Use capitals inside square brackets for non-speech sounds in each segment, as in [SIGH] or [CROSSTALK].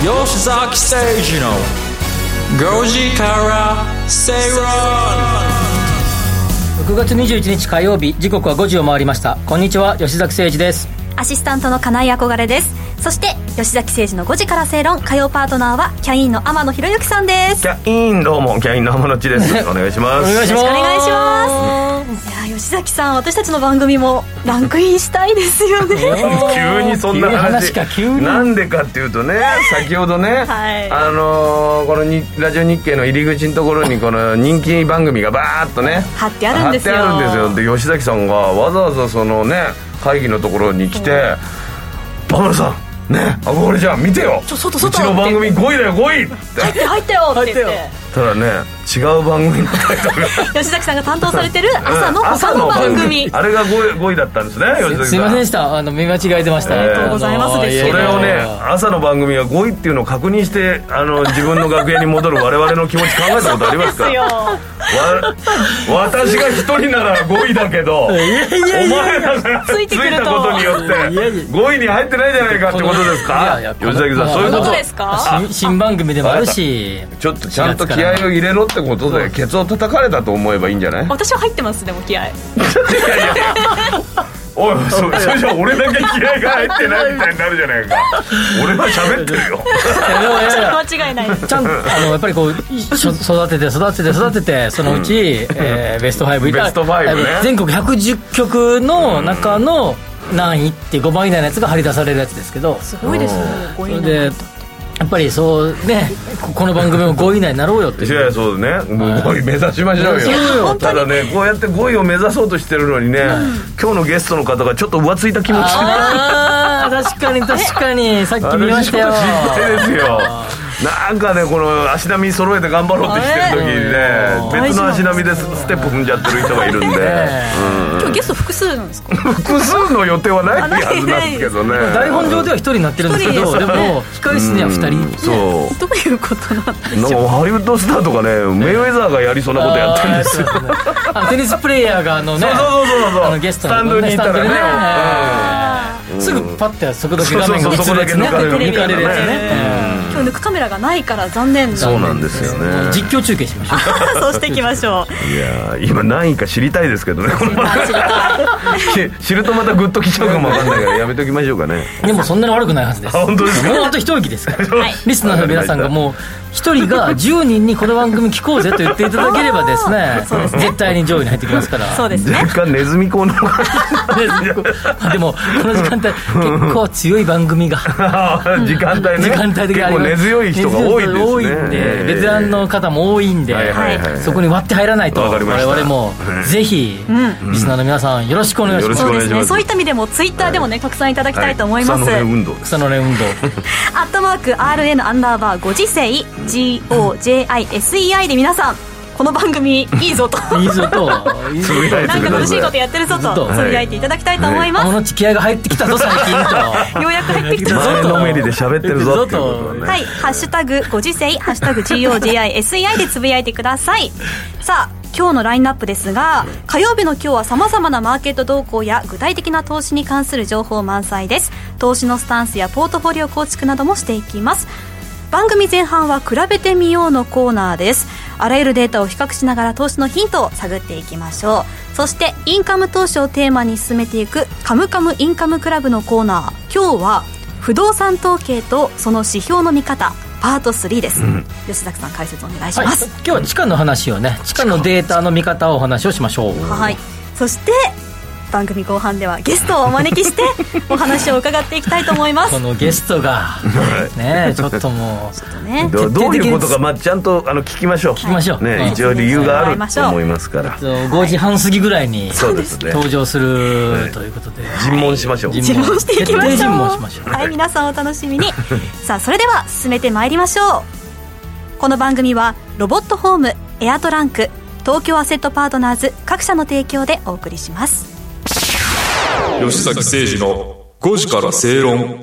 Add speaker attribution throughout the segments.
Speaker 1: 吉崎誠二の5時から正論
Speaker 2: 6月21日火曜日時刻は5時を回りましたこんにちは吉崎誠二です
Speaker 3: アシスタントの金井憧れですそして吉崎誠二の5時から正論火曜パートナーはキャインの天野博之さんです
Speaker 4: キャインどうもキャインの浜野地です
Speaker 3: [LAUGHS]
Speaker 4: お願いします
Speaker 3: よろしくお願いし
Speaker 2: ま
Speaker 3: ますいや吉崎さん私たちの番組もランクインしたいですよね
Speaker 4: 急にそんな話
Speaker 2: 急に話か急に
Speaker 4: なんでかっていうとね
Speaker 3: [LAUGHS]
Speaker 4: 先ほどね、
Speaker 3: はい
Speaker 4: あのーこのにラジオ日経の入り口のところにこの人気番組がバーッとね
Speaker 3: 貼ってあるんですよ
Speaker 4: 貼ってあるんですよで吉崎さんがわざわざそのね会議のところに来て「天野さんね憧れじゃん見てよ
Speaker 3: ちょ外外
Speaker 4: うちの番組5位だよ5位!」って
Speaker 3: 入って入ってよって言って
Speaker 4: ただね違う番組のタイトルが
Speaker 3: 吉崎さんが担当されてる朝の他の番組
Speaker 4: あれが5位 ,5 位だったんですね吉崎さん
Speaker 2: すいませんでしたあの見間違えてました、
Speaker 4: ありがとう
Speaker 3: ございます
Speaker 2: あの
Speaker 3: です
Speaker 2: や
Speaker 3: け
Speaker 4: そ
Speaker 3: ど
Speaker 2: や
Speaker 4: れをね
Speaker 2: や
Speaker 4: 朝の番組が5位っていうのを確認してあの自分の楽屋に戻る我々の気持ち考えたことあり [LAUGHS] ますか
Speaker 3: よ
Speaker 4: わ私が一人なら5位だけどお前らが
Speaker 3: つ
Speaker 4: つ
Speaker 3: い
Speaker 4: い
Speaker 3: て
Speaker 4: た
Speaker 3: く
Speaker 4: こ
Speaker 3: ると
Speaker 4: とによって
Speaker 2: いやいや
Speaker 4: 5位に入ってないじゃないかってことです
Speaker 2: いやい
Speaker 4: か
Speaker 2: やこの
Speaker 4: 吉崎さんそういうこ
Speaker 3: ど
Speaker 4: と
Speaker 3: うですか
Speaker 2: 新新番組でもあるし
Speaker 4: ちょっとちゃんと気合を入れろってことでケツを叩かれたと思えばいいんじゃ [LAUGHS] ない
Speaker 3: 私は入ってますでも気合
Speaker 4: おいそそれじゃ俺だけ気合が入ってないみたいになるじゃないか俺は喋ってるよ
Speaker 2: いやでもいやいや
Speaker 3: 間違いないです
Speaker 2: ちゃんあのやっぱりこうしょ育てて育てて育ててそのうち、えーベスト5いた
Speaker 4: ベスト5ね
Speaker 2: 全国110曲の中の何位って5番以内のやつが張り出されるやつですけどそ
Speaker 3: すごいですね5
Speaker 2: れ
Speaker 3: 位
Speaker 2: でやっぱりそうねここの番組も5位以内になろうよって
Speaker 4: いやいやそうだねもう5位目指しましょう
Speaker 2: 目指そう
Speaker 4: よ
Speaker 2: よ
Speaker 4: ただねこうやって5位を目指そうとしてるのにね、今日のゲストの方がちょっと浮ついた気持ちになる
Speaker 2: あー確かに確かにさっき見ましたよ
Speaker 4: あれちょっと心配ですよなんかねこの足並み揃えて頑張ろうってしてる時にね別の足並みでステップ踏んじゃってる人がいるんで、
Speaker 3: 今日ゲスト複数なんですか
Speaker 4: うん複数の予定はないはずなんですけどね
Speaker 2: 台本上では1人になってるんですけ
Speaker 3: 一
Speaker 2: どで
Speaker 3: 人ですよね
Speaker 2: も控え室には2人
Speaker 4: そ
Speaker 3: ど
Speaker 4: う
Speaker 3: ういうことなんで
Speaker 4: なんかハリウッドスターとかねメイウェザーがやりそうなことやってるんですよ
Speaker 2: あーそうなんだあのテニスプレーヤーがあのね
Speaker 4: そうそうそうそう
Speaker 2: あのゲスト
Speaker 4: スタンドにいたらね
Speaker 2: スタンドに
Speaker 4: ね
Speaker 2: すぐパッてそこだけ画面が
Speaker 4: そうそうそう
Speaker 2: 映るやつね
Speaker 4: そこだけ
Speaker 2: 抜
Speaker 4: 抜
Speaker 2: か
Speaker 4: か
Speaker 2: れ
Speaker 4: れ
Speaker 2: る
Speaker 4: る
Speaker 2: やつ
Speaker 4: やつね
Speaker 2: ね
Speaker 3: 今日抜くカメラがないから残念だ
Speaker 4: そうなんですよね
Speaker 2: 実況中継しましょう
Speaker 3: そうしていきましょう
Speaker 4: いやー今何位か知りたいですけ [LAUGHS] どねこの番組知るとまたグッときちゃうかもわかんないからやめときましょうかね
Speaker 2: でもそんなに悪くないはずです
Speaker 4: あ本当ですか
Speaker 2: もうあと一息ですから
Speaker 3: はい
Speaker 2: リスナーの皆さんがもう一人が10人にこの番組聞こうぜと言っていただければですね絶対に上位に入ってきますから
Speaker 3: そうですね
Speaker 4: 若干ネズミ講の [LAUGHS]
Speaker 2: でもこの時間帯結構強い番組が
Speaker 4: [LAUGHS] 時間帯ね
Speaker 2: 時間帯的にありま
Speaker 4: 結構
Speaker 2: す
Speaker 4: 根強い人が多いですね
Speaker 2: 多いんでベテランの方も多いんで
Speaker 4: はいはいはい
Speaker 2: そこに割って入らないと
Speaker 4: わ
Speaker 2: 我
Speaker 4: かりました
Speaker 2: 々もぜひリスナーの皆さんよろしくお願いしま
Speaker 4: よ
Speaker 2: す
Speaker 3: そう
Speaker 4: ろ
Speaker 3: で
Speaker 4: しくお願
Speaker 3: すね
Speaker 4: いします
Speaker 3: そういった意味でもツイッターでもね拡散いただきたいと思い
Speaker 4: は
Speaker 3: ます、
Speaker 4: 草の根運動です
Speaker 2: 草の根運動
Speaker 3: アットマーク RN アンダーバーご時世 GOJISEI で皆さんこの番組
Speaker 4: [LAUGHS]
Speaker 3: いいぞと
Speaker 2: いいぞといいぞ
Speaker 4: つぶやい
Speaker 3: なん
Speaker 4: て
Speaker 3: か
Speaker 4: くだ
Speaker 3: 楽しいこと
Speaker 4: さい
Speaker 3: やってるぞ
Speaker 2: ずっと
Speaker 3: とつぶやいていただきたいと思います、
Speaker 2: この気合が入ってきたぞ最近と
Speaker 3: ようやく入ってきたぞ
Speaker 4: [LAUGHS] 前のめりで喋ってるぞっていうことをね
Speaker 3: はい、ハッシュタグご時世、ハッシュタグ GOGISEI でつぶやいてください。さあ、今日のラインナップですが、火曜日の今日は様々なマーケット動向や具体的な投資に関する情報満載です。投資のスタンスやポートフォリオ構築などもしていきます。番組前半は比べてみようのコーナーです。あらゆるデータを比較しながら投資のヒントを探っていきましょう。そして、インカム投資をテーマに進めていくカムカムインカムクラブのコーナー。今日は不動産統計とその指標の見方パート3です、吉崎さん解説お願いし
Speaker 2: はい
Speaker 3: ます
Speaker 2: 今日は地下の話をね地下のデータの見方をお話をしましょう
Speaker 3: はい、そして番組後半ではゲストをお招きしてお話を伺っていきたいと思います
Speaker 2: このゲストがねえちょっともう
Speaker 3: ね
Speaker 4: どうどういうこと
Speaker 2: 徹底的
Speaker 4: か、
Speaker 2: に
Speaker 4: まあ、ちゃんとあの聞きましょう聞
Speaker 2: きましょううん
Speaker 4: ね、一応理由があると思いますから
Speaker 2: 5時半過ぎぐらいに
Speaker 4: そうですね
Speaker 2: 登場するということで
Speaker 4: 尋問しましょう
Speaker 2: 尋
Speaker 3: 尋問していきましょう
Speaker 2: 徹底尋問しましょう
Speaker 3: [LAUGHS] はい皆さんお楽しみ [LAUGHS] にさあそれでは進めてまいりましょうこの番組はロボットホームエアトランク東京アセットパートナーズ各社の提供でお送りします
Speaker 5: 吉崎誠二の5時から正論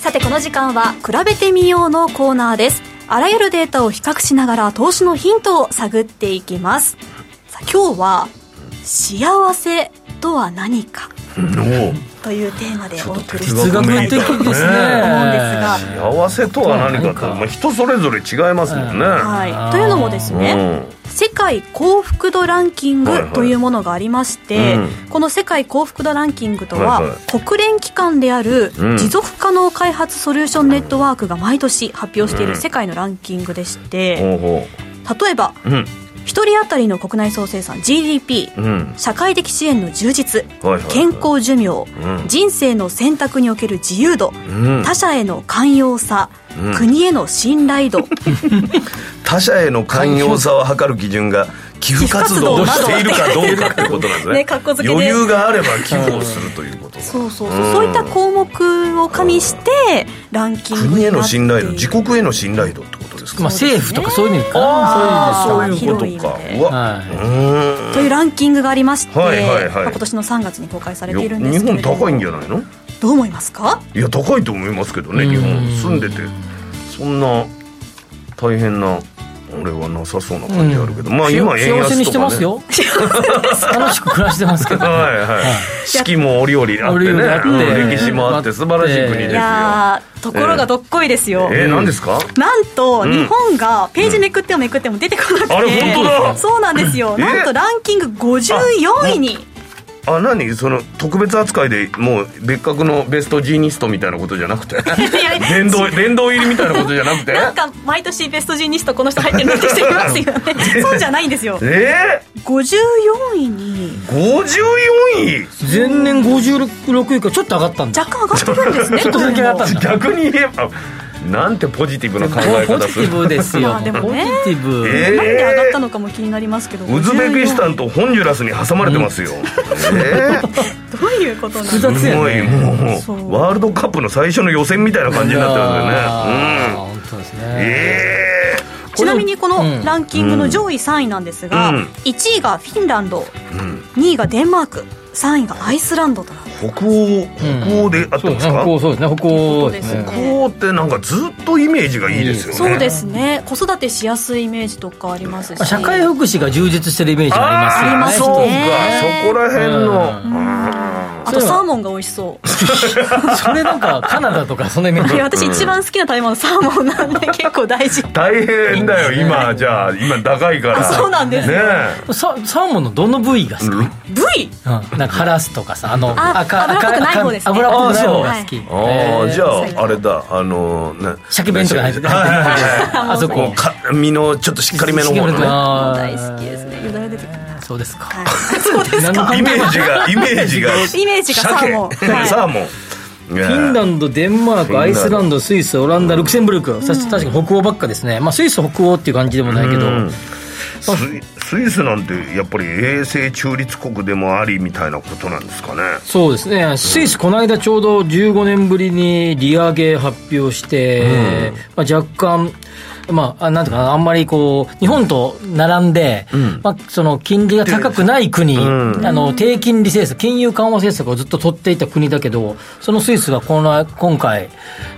Speaker 3: さてこの時間は比べてみようのコーナーですあらゆるデータを比較しながら投資のヒントを探っていきますさあ今日は幸せとは何か
Speaker 4: もう
Speaker 3: というテーマでお送りして
Speaker 2: 哲
Speaker 3: いきた
Speaker 2: 学
Speaker 3: い
Speaker 2: 的
Speaker 3: と
Speaker 2: です
Speaker 3: 思うん
Speaker 2: ね
Speaker 3: ですが。
Speaker 4: 幸せとは何かってまあ人それぞれ違いますもんね、
Speaker 3: はい、というのもですね、
Speaker 4: う
Speaker 3: 世界幸福度ランキン
Speaker 4: はいは
Speaker 3: グ
Speaker 4: い
Speaker 3: というものがありまして、
Speaker 4: うん
Speaker 3: この世界幸福度ランキングと
Speaker 4: はいは
Speaker 3: は、国連機関である
Speaker 4: うん
Speaker 3: 持続可能開発ソリューションネットワークが毎年発表している世界のランキングでして、
Speaker 4: ほうほ
Speaker 3: 例えば
Speaker 4: ううん
Speaker 3: 1人当たりの国内総生産 GDP
Speaker 4: うん
Speaker 3: 社会的支援の充実
Speaker 4: はいはいはい
Speaker 3: 健康寿命
Speaker 4: うん
Speaker 3: 人生の選択における自由度
Speaker 4: うん
Speaker 3: 他者への寛容さ
Speaker 4: うん
Speaker 3: 国への信頼度
Speaker 4: 他者への寛容さを図る基準が寄付活動をしているかどうかってことなんですね
Speaker 3: ねかっこつけて
Speaker 4: 余裕があれば寄付をするということ
Speaker 3: そうそう
Speaker 4: う
Speaker 3: そ
Speaker 4: ん
Speaker 3: うそういった項目を加味してランキング
Speaker 4: 国へ
Speaker 3: にな
Speaker 4: の
Speaker 3: ってい
Speaker 4: 信
Speaker 3: る
Speaker 4: 頼度自国への信頼度ってことです
Speaker 2: まあ、
Speaker 4: か
Speaker 2: 政府とかそういうのに
Speaker 4: ああ
Speaker 2: そ
Speaker 4: そうう
Speaker 2: いう
Speaker 4: い
Speaker 2: の
Speaker 4: う
Speaker 2: に
Speaker 4: ことかうわ、
Speaker 2: はい
Speaker 4: うん
Speaker 3: というランキングがありまして、
Speaker 4: はいはいはい
Speaker 3: まあ今年の3月に公開されているんで
Speaker 4: 日
Speaker 3: すけ
Speaker 4: 本
Speaker 3: れども
Speaker 4: 高いんじゃないの
Speaker 3: どう思いますか
Speaker 4: いや高いと思いますけどね
Speaker 2: うん
Speaker 4: 日本住んでてそんな大変な俺はなさそうな感じあるけど、まあ今円
Speaker 2: 幸せにし
Speaker 4: 安と
Speaker 2: て
Speaker 4: か、ね、
Speaker 2: ます
Speaker 4: [LAUGHS]
Speaker 2: よ楽しく暮らしてますけど
Speaker 4: はいはい四季も折々あって
Speaker 2: 折々あって
Speaker 4: ね、うん歴史もあって素晴らしい国です
Speaker 3: い
Speaker 4: よ
Speaker 3: やーところがどっこいですよ、
Speaker 4: えー、何ですか
Speaker 3: なんと
Speaker 4: うん
Speaker 3: 日本がページめくってもめくっても出てこなくて、
Speaker 4: あれ本当だ
Speaker 3: そうなんですよ
Speaker 4: え
Speaker 3: なんとランキング54位に
Speaker 4: あ何その特別扱いでもう別格のベストジーニストみたいなことじゃな
Speaker 2: [LAUGHS]
Speaker 4: くて
Speaker 3: や
Speaker 4: 殿堂殿堂入りみたいなことじゃなくて
Speaker 3: なんか毎年ベストジーニストこの人入ってるのって人います
Speaker 4: [LAUGHS]
Speaker 3: よねそうじゃないんですよ
Speaker 4: え
Speaker 3: 54位に
Speaker 4: ー、54位
Speaker 2: 前年56位からちょっと上がったんだ
Speaker 3: 若干上がってるんですね
Speaker 2: ちょっとだけ上がったんだ
Speaker 4: 逆に言えばなんてポジティブな考え
Speaker 2: ポ
Speaker 4: 方
Speaker 2: ジ
Speaker 4: す
Speaker 2: テ
Speaker 4: る
Speaker 2: ィブですよ
Speaker 3: まあでも
Speaker 2: ポジ
Speaker 3: ね
Speaker 2: ティブ、
Speaker 4: えー
Speaker 3: なんで上がったのかも気になりますけど
Speaker 4: ウズベキスタ
Speaker 3: ン
Speaker 4: ンとホンジュラスに挟まれてますよ、えー
Speaker 3: どういうことな
Speaker 2: 複
Speaker 3: ん
Speaker 2: 雑
Speaker 3: だ
Speaker 4: す
Speaker 2: や
Speaker 4: ごい
Speaker 2: ね
Speaker 4: も
Speaker 3: そうう
Speaker 4: ワールドカップの最初の予選みたいな感じになってますよねうん
Speaker 2: 本当ですね、
Speaker 4: え
Speaker 3: ちなみにこ
Speaker 2: うん
Speaker 3: のランキングの上位3位なんですが、
Speaker 4: うん
Speaker 3: 1位がフィンランド、2位がデンマーク3位がアイスランドとなっている
Speaker 4: ー北欧北欧であって
Speaker 2: そう
Speaker 4: ま
Speaker 2: ですすね
Speaker 4: か、
Speaker 2: 北欧そうですね北欧です
Speaker 3: ということです
Speaker 2: ね
Speaker 4: 北欧ってなんかずっとイメージがいいですよね
Speaker 3: そうですね子育てしやすいイメージとかあります
Speaker 2: まあ
Speaker 3: し
Speaker 2: 社会福祉が充実してるイメージがあり
Speaker 4: あ
Speaker 2: ま
Speaker 4: あ
Speaker 2: す
Speaker 4: そ
Speaker 2: よ
Speaker 4: う
Speaker 2: ね
Speaker 4: か、
Speaker 3: ね
Speaker 4: そこら辺の、
Speaker 2: うん
Speaker 3: あとサーモンが美味しそ
Speaker 2: [LAUGHS]
Speaker 3: う
Speaker 4: [LAUGHS]
Speaker 2: それなんかカナダとかそのイメージ
Speaker 3: いや私一番好きな食べ物サーモンなんで結構大
Speaker 2: [LAUGHS]
Speaker 3: 事
Speaker 4: 大変だよ今じゃあ今高いから
Speaker 3: あそうなんです
Speaker 4: ね
Speaker 3: よ
Speaker 4: え
Speaker 2: ササーモンのどの部位が好き、うん、
Speaker 3: 部位
Speaker 2: なんかハラスとかさあの
Speaker 3: あ油っぽくない方ですね
Speaker 2: 赤油っぽくない方が好き
Speaker 4: ああ、
Speaker 2: えー
Speaker 4: じゃああれだあのね
Speaker 2: 鮭弁とか入って入ってるあそ
Speaker 4: こ
Speaker 2: こ
Speaker 4: うか身のちょっとしっかりめの方のね
Speaker 2: あー
Speaker 3: 大好きですねよだれ出てくる
Speaker 2: そうですか、
Speaker 3: そうで
Speaker 2: 何
Speaker 3: す
Speaker 2: の
Speaker 3: か
Speaker 2: 関
Speaker 4: イ
Speaker 2: 係も
Speaker 4: メージがイメージが
Speaker 3: [LAUGHS] イメージがサーモン
Speaker 4: 鮭
Speaker 3: はい
Speaker 4: サーモンフ
Speaker 2: フィンランド、デンマー
Speaker 4: フィンランド
Speaker 2: ク、アイスランド、スイス、オランダ、ルクセンブルク、さ確かに北欧ばっかですね、まあ、スイス、北欧っていう感じでもないけど、
Speaker 4: スイスイスなんてやっぱり永世中立国でもありみたいなことなんですかね
Speaker 2: そうですね、スイス、この間ちょうど15年ぶりに利上げ発表して、まあ、若干、まあ、あなんとかな、あんまりこう、日本と並んで、まあ、その金利が高くない国、
Speaker 4: ん
Speaker 2: あの低金利政策、金融緩和政策をずっと取っていた国だけど、そのスイスがこの今回、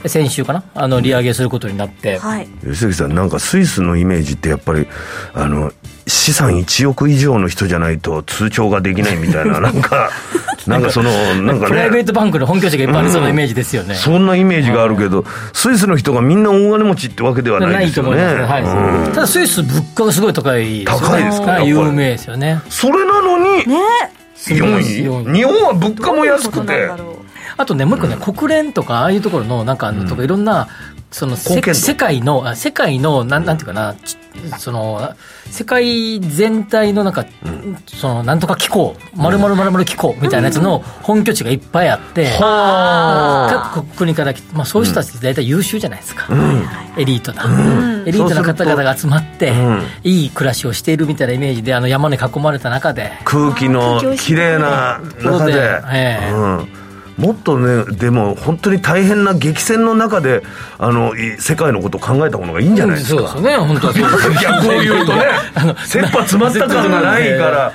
Speaker 2: 先週かな、あの利上げすることになって。
Speaker 3: はい
Speaker 4: 吉崎さんなんかスイスのイメージってやっぱりあの資産1億以上の人じゃないと通帳ができないみたい
Speaker 2: [LAUGHS]
Speaker 4: ななんかなんかそのなんか
Speaker 2: プライベ
Speaker 4: ね
Speaker 2: ートバンクの本拠地がいっぱいありそうなイメージですよね。
Speaker 4: そんなイメージがあるけどスイスの人がみんな大金持ちってわけでは
Speaker 2: な
Speaker 4: ない
Speaker 2: い
Speaker 4: です
Speaker 2: と思
Speaker 4: よ
Speaker 2: い
Speaker 4: ね
Speaker 2: ますね。はい。ただスイス物価がすごい高い。
Speaker 4: 高いですか
Speaker 2: は
Speaker 4: やっぱり
Speaker 2: 有名ですよね。
Speaker 4: それなのに
Speaker 3: ね
Speaker 4: 4位日本は物価も安く
Speaker 3: どうい
Speaker 4: て
Speaker 3: うことなんだろう
Speaker 2: あとね、もう一個ね、国連とか、ああいうところの、なんか、あのとか、いろんな、その、せ
Speaker 4: 貢献度
Speaker 2: 世界の、あ世界の、なん、なんていうかな、ちその、世界全体の、なんか、その、なんとか機構、まるまるまるまる機構みたいなやつの本拠地がいっぱいあって、各国から来て、まあ、そういう人たちって大体優秀じゃないですか。エリートだ、エリートな方々が集まって、
Speaker 4: ん
Speaker 2: いい暮らしをしているみたいなイメージで、あの、山に囲まれた中で、
Speaker 4: 空気の
Speaker 3: 空気美味しい
Speaker 4: 綺麗な中で、
Speaker 2: ええ
Speaker 4: うん、もっとねでも本当に大変な激戦の中であのい世界のことを考えたものがいいんじゃないです
Speaker 2: そうで
Speaker 4: か、
Speaker 2: すよね、本当はそうですよね。
Speaker 4: 逆を言うとね切羽詰まった感がないから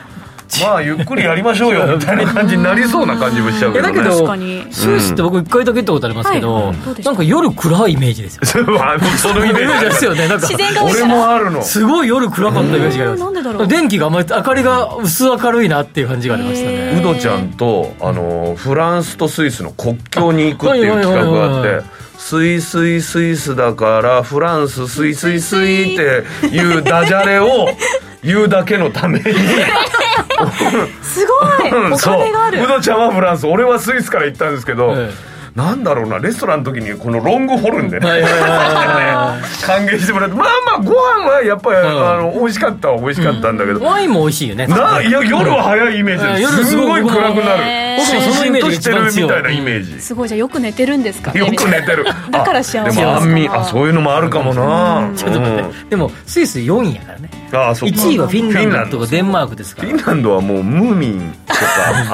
Speaker 4: まあゆっくりやりましょうよみたいな感じになりそうな感じもしちゃう
Speaker 2: い
Speaker 4: け
Speaker 2: や
Speaker 4: ど
Speaker 2: だ
Speaker 4: ね
Speaker 2: け
Speaker 3: 確
Speaker 2: ど
Speaker 3: かに、
Speaker 2: スイスって僕一回だけ行ったことありますけ
Speaker 3: は
Speaker 2: ど、
Speaker 3: いどうでした
Speaker 2: なんか夜暗いイメージですよ。
Speaker 4: それはそのイ
Speaker 2: イ
Speaker 3: [LAUGHS]
Speaker 4: メ
Speaker 2: メージ
Speaker 4: ー
Speaker 2: で
Speaker 4: ジ
Speaker 2: すよね。なんか、
Speaker 3: 自然が多いか
Speaker 4: 俺
Speaker 3: ら
Speaker 4: もあるの
Speaker 2: すごい夜暗かったイメージがあり
Speaker 3: えーなんでだろ
Speaker 2: ま
Speaker 3: う
Speaker 2: す。電気があんまり、明かりが薄明るいなっていう感じがありました
Speaker 3: へ
Speaker 2: ね。
Speaker 4: ウドちゃんとあのフランスとスイスの国境に行くっていう企画があっ
Speaker 2: はいはいはいはい
Speaker 4: てスイスイスイスだからフランススイスイスイっていうダジャレを言うだけのために
Speaker 3: すごいお金がある
Speaker 4: そうウドちゃんはフランス俺はスイスから行ったんですけど、
Speaker 2: え
Speaker 4: なんだろうなレストランの時にこのロングホルンでね、
Speaker 2: はいはいは
Speaker 4: 歓迎してもらってまあまあご飯はやっぱり、
Speaker 2: ん
Speaker 4: あの美味しかったは美味しかったんだけど、
Speaker 2: い。ワインも美味しいよね。
Speaker 4: ないや夜は早いイメージ
Speaker 2: うん
Speaker 4: です、
Speaker 2: 夜
Speaker 4: す
Speaker 2: すご
Speaker 4: ご
Speaker 2: い
Speaker 4: い暗くな
Speaker 3: へ
Speaker 4: る
Speaker 3: ー
Speaker 4: しんしんとしてるみたいなイメージ、
Speaker 3: すごいじゃあよく寝てるんですかね
Speaker 4: よく
Speaker 2: [LAUGHS]
Speaker 4: 寝てる
Speaker 3: だから幸せ
Speaker 4: あでも
Speaker 3: なのか
Speaker 4: 安
Speaker 3: な
Speaker 4: 眠あそういうのもあるかもな、
Speaker 2: ちょっと待って。でも、スイス4位やからね。
Speaker 4: あそっか
Speaker 2: 1位はフィン
Speaker 4: フィン
Speaker 2: ラ
Speaker 4: ラ
Speaker 2: ン
Speaker 4: ン
Speaker 2: ド
Speaker 4: ド
Speaker 2: とかデンマークですか
Speaker 4: フ
Speaker 2: ら
Speaker 4: ィ。ンランドはもうムーミンと
Speaker 2: [LAUGHS]
Speaker 4: か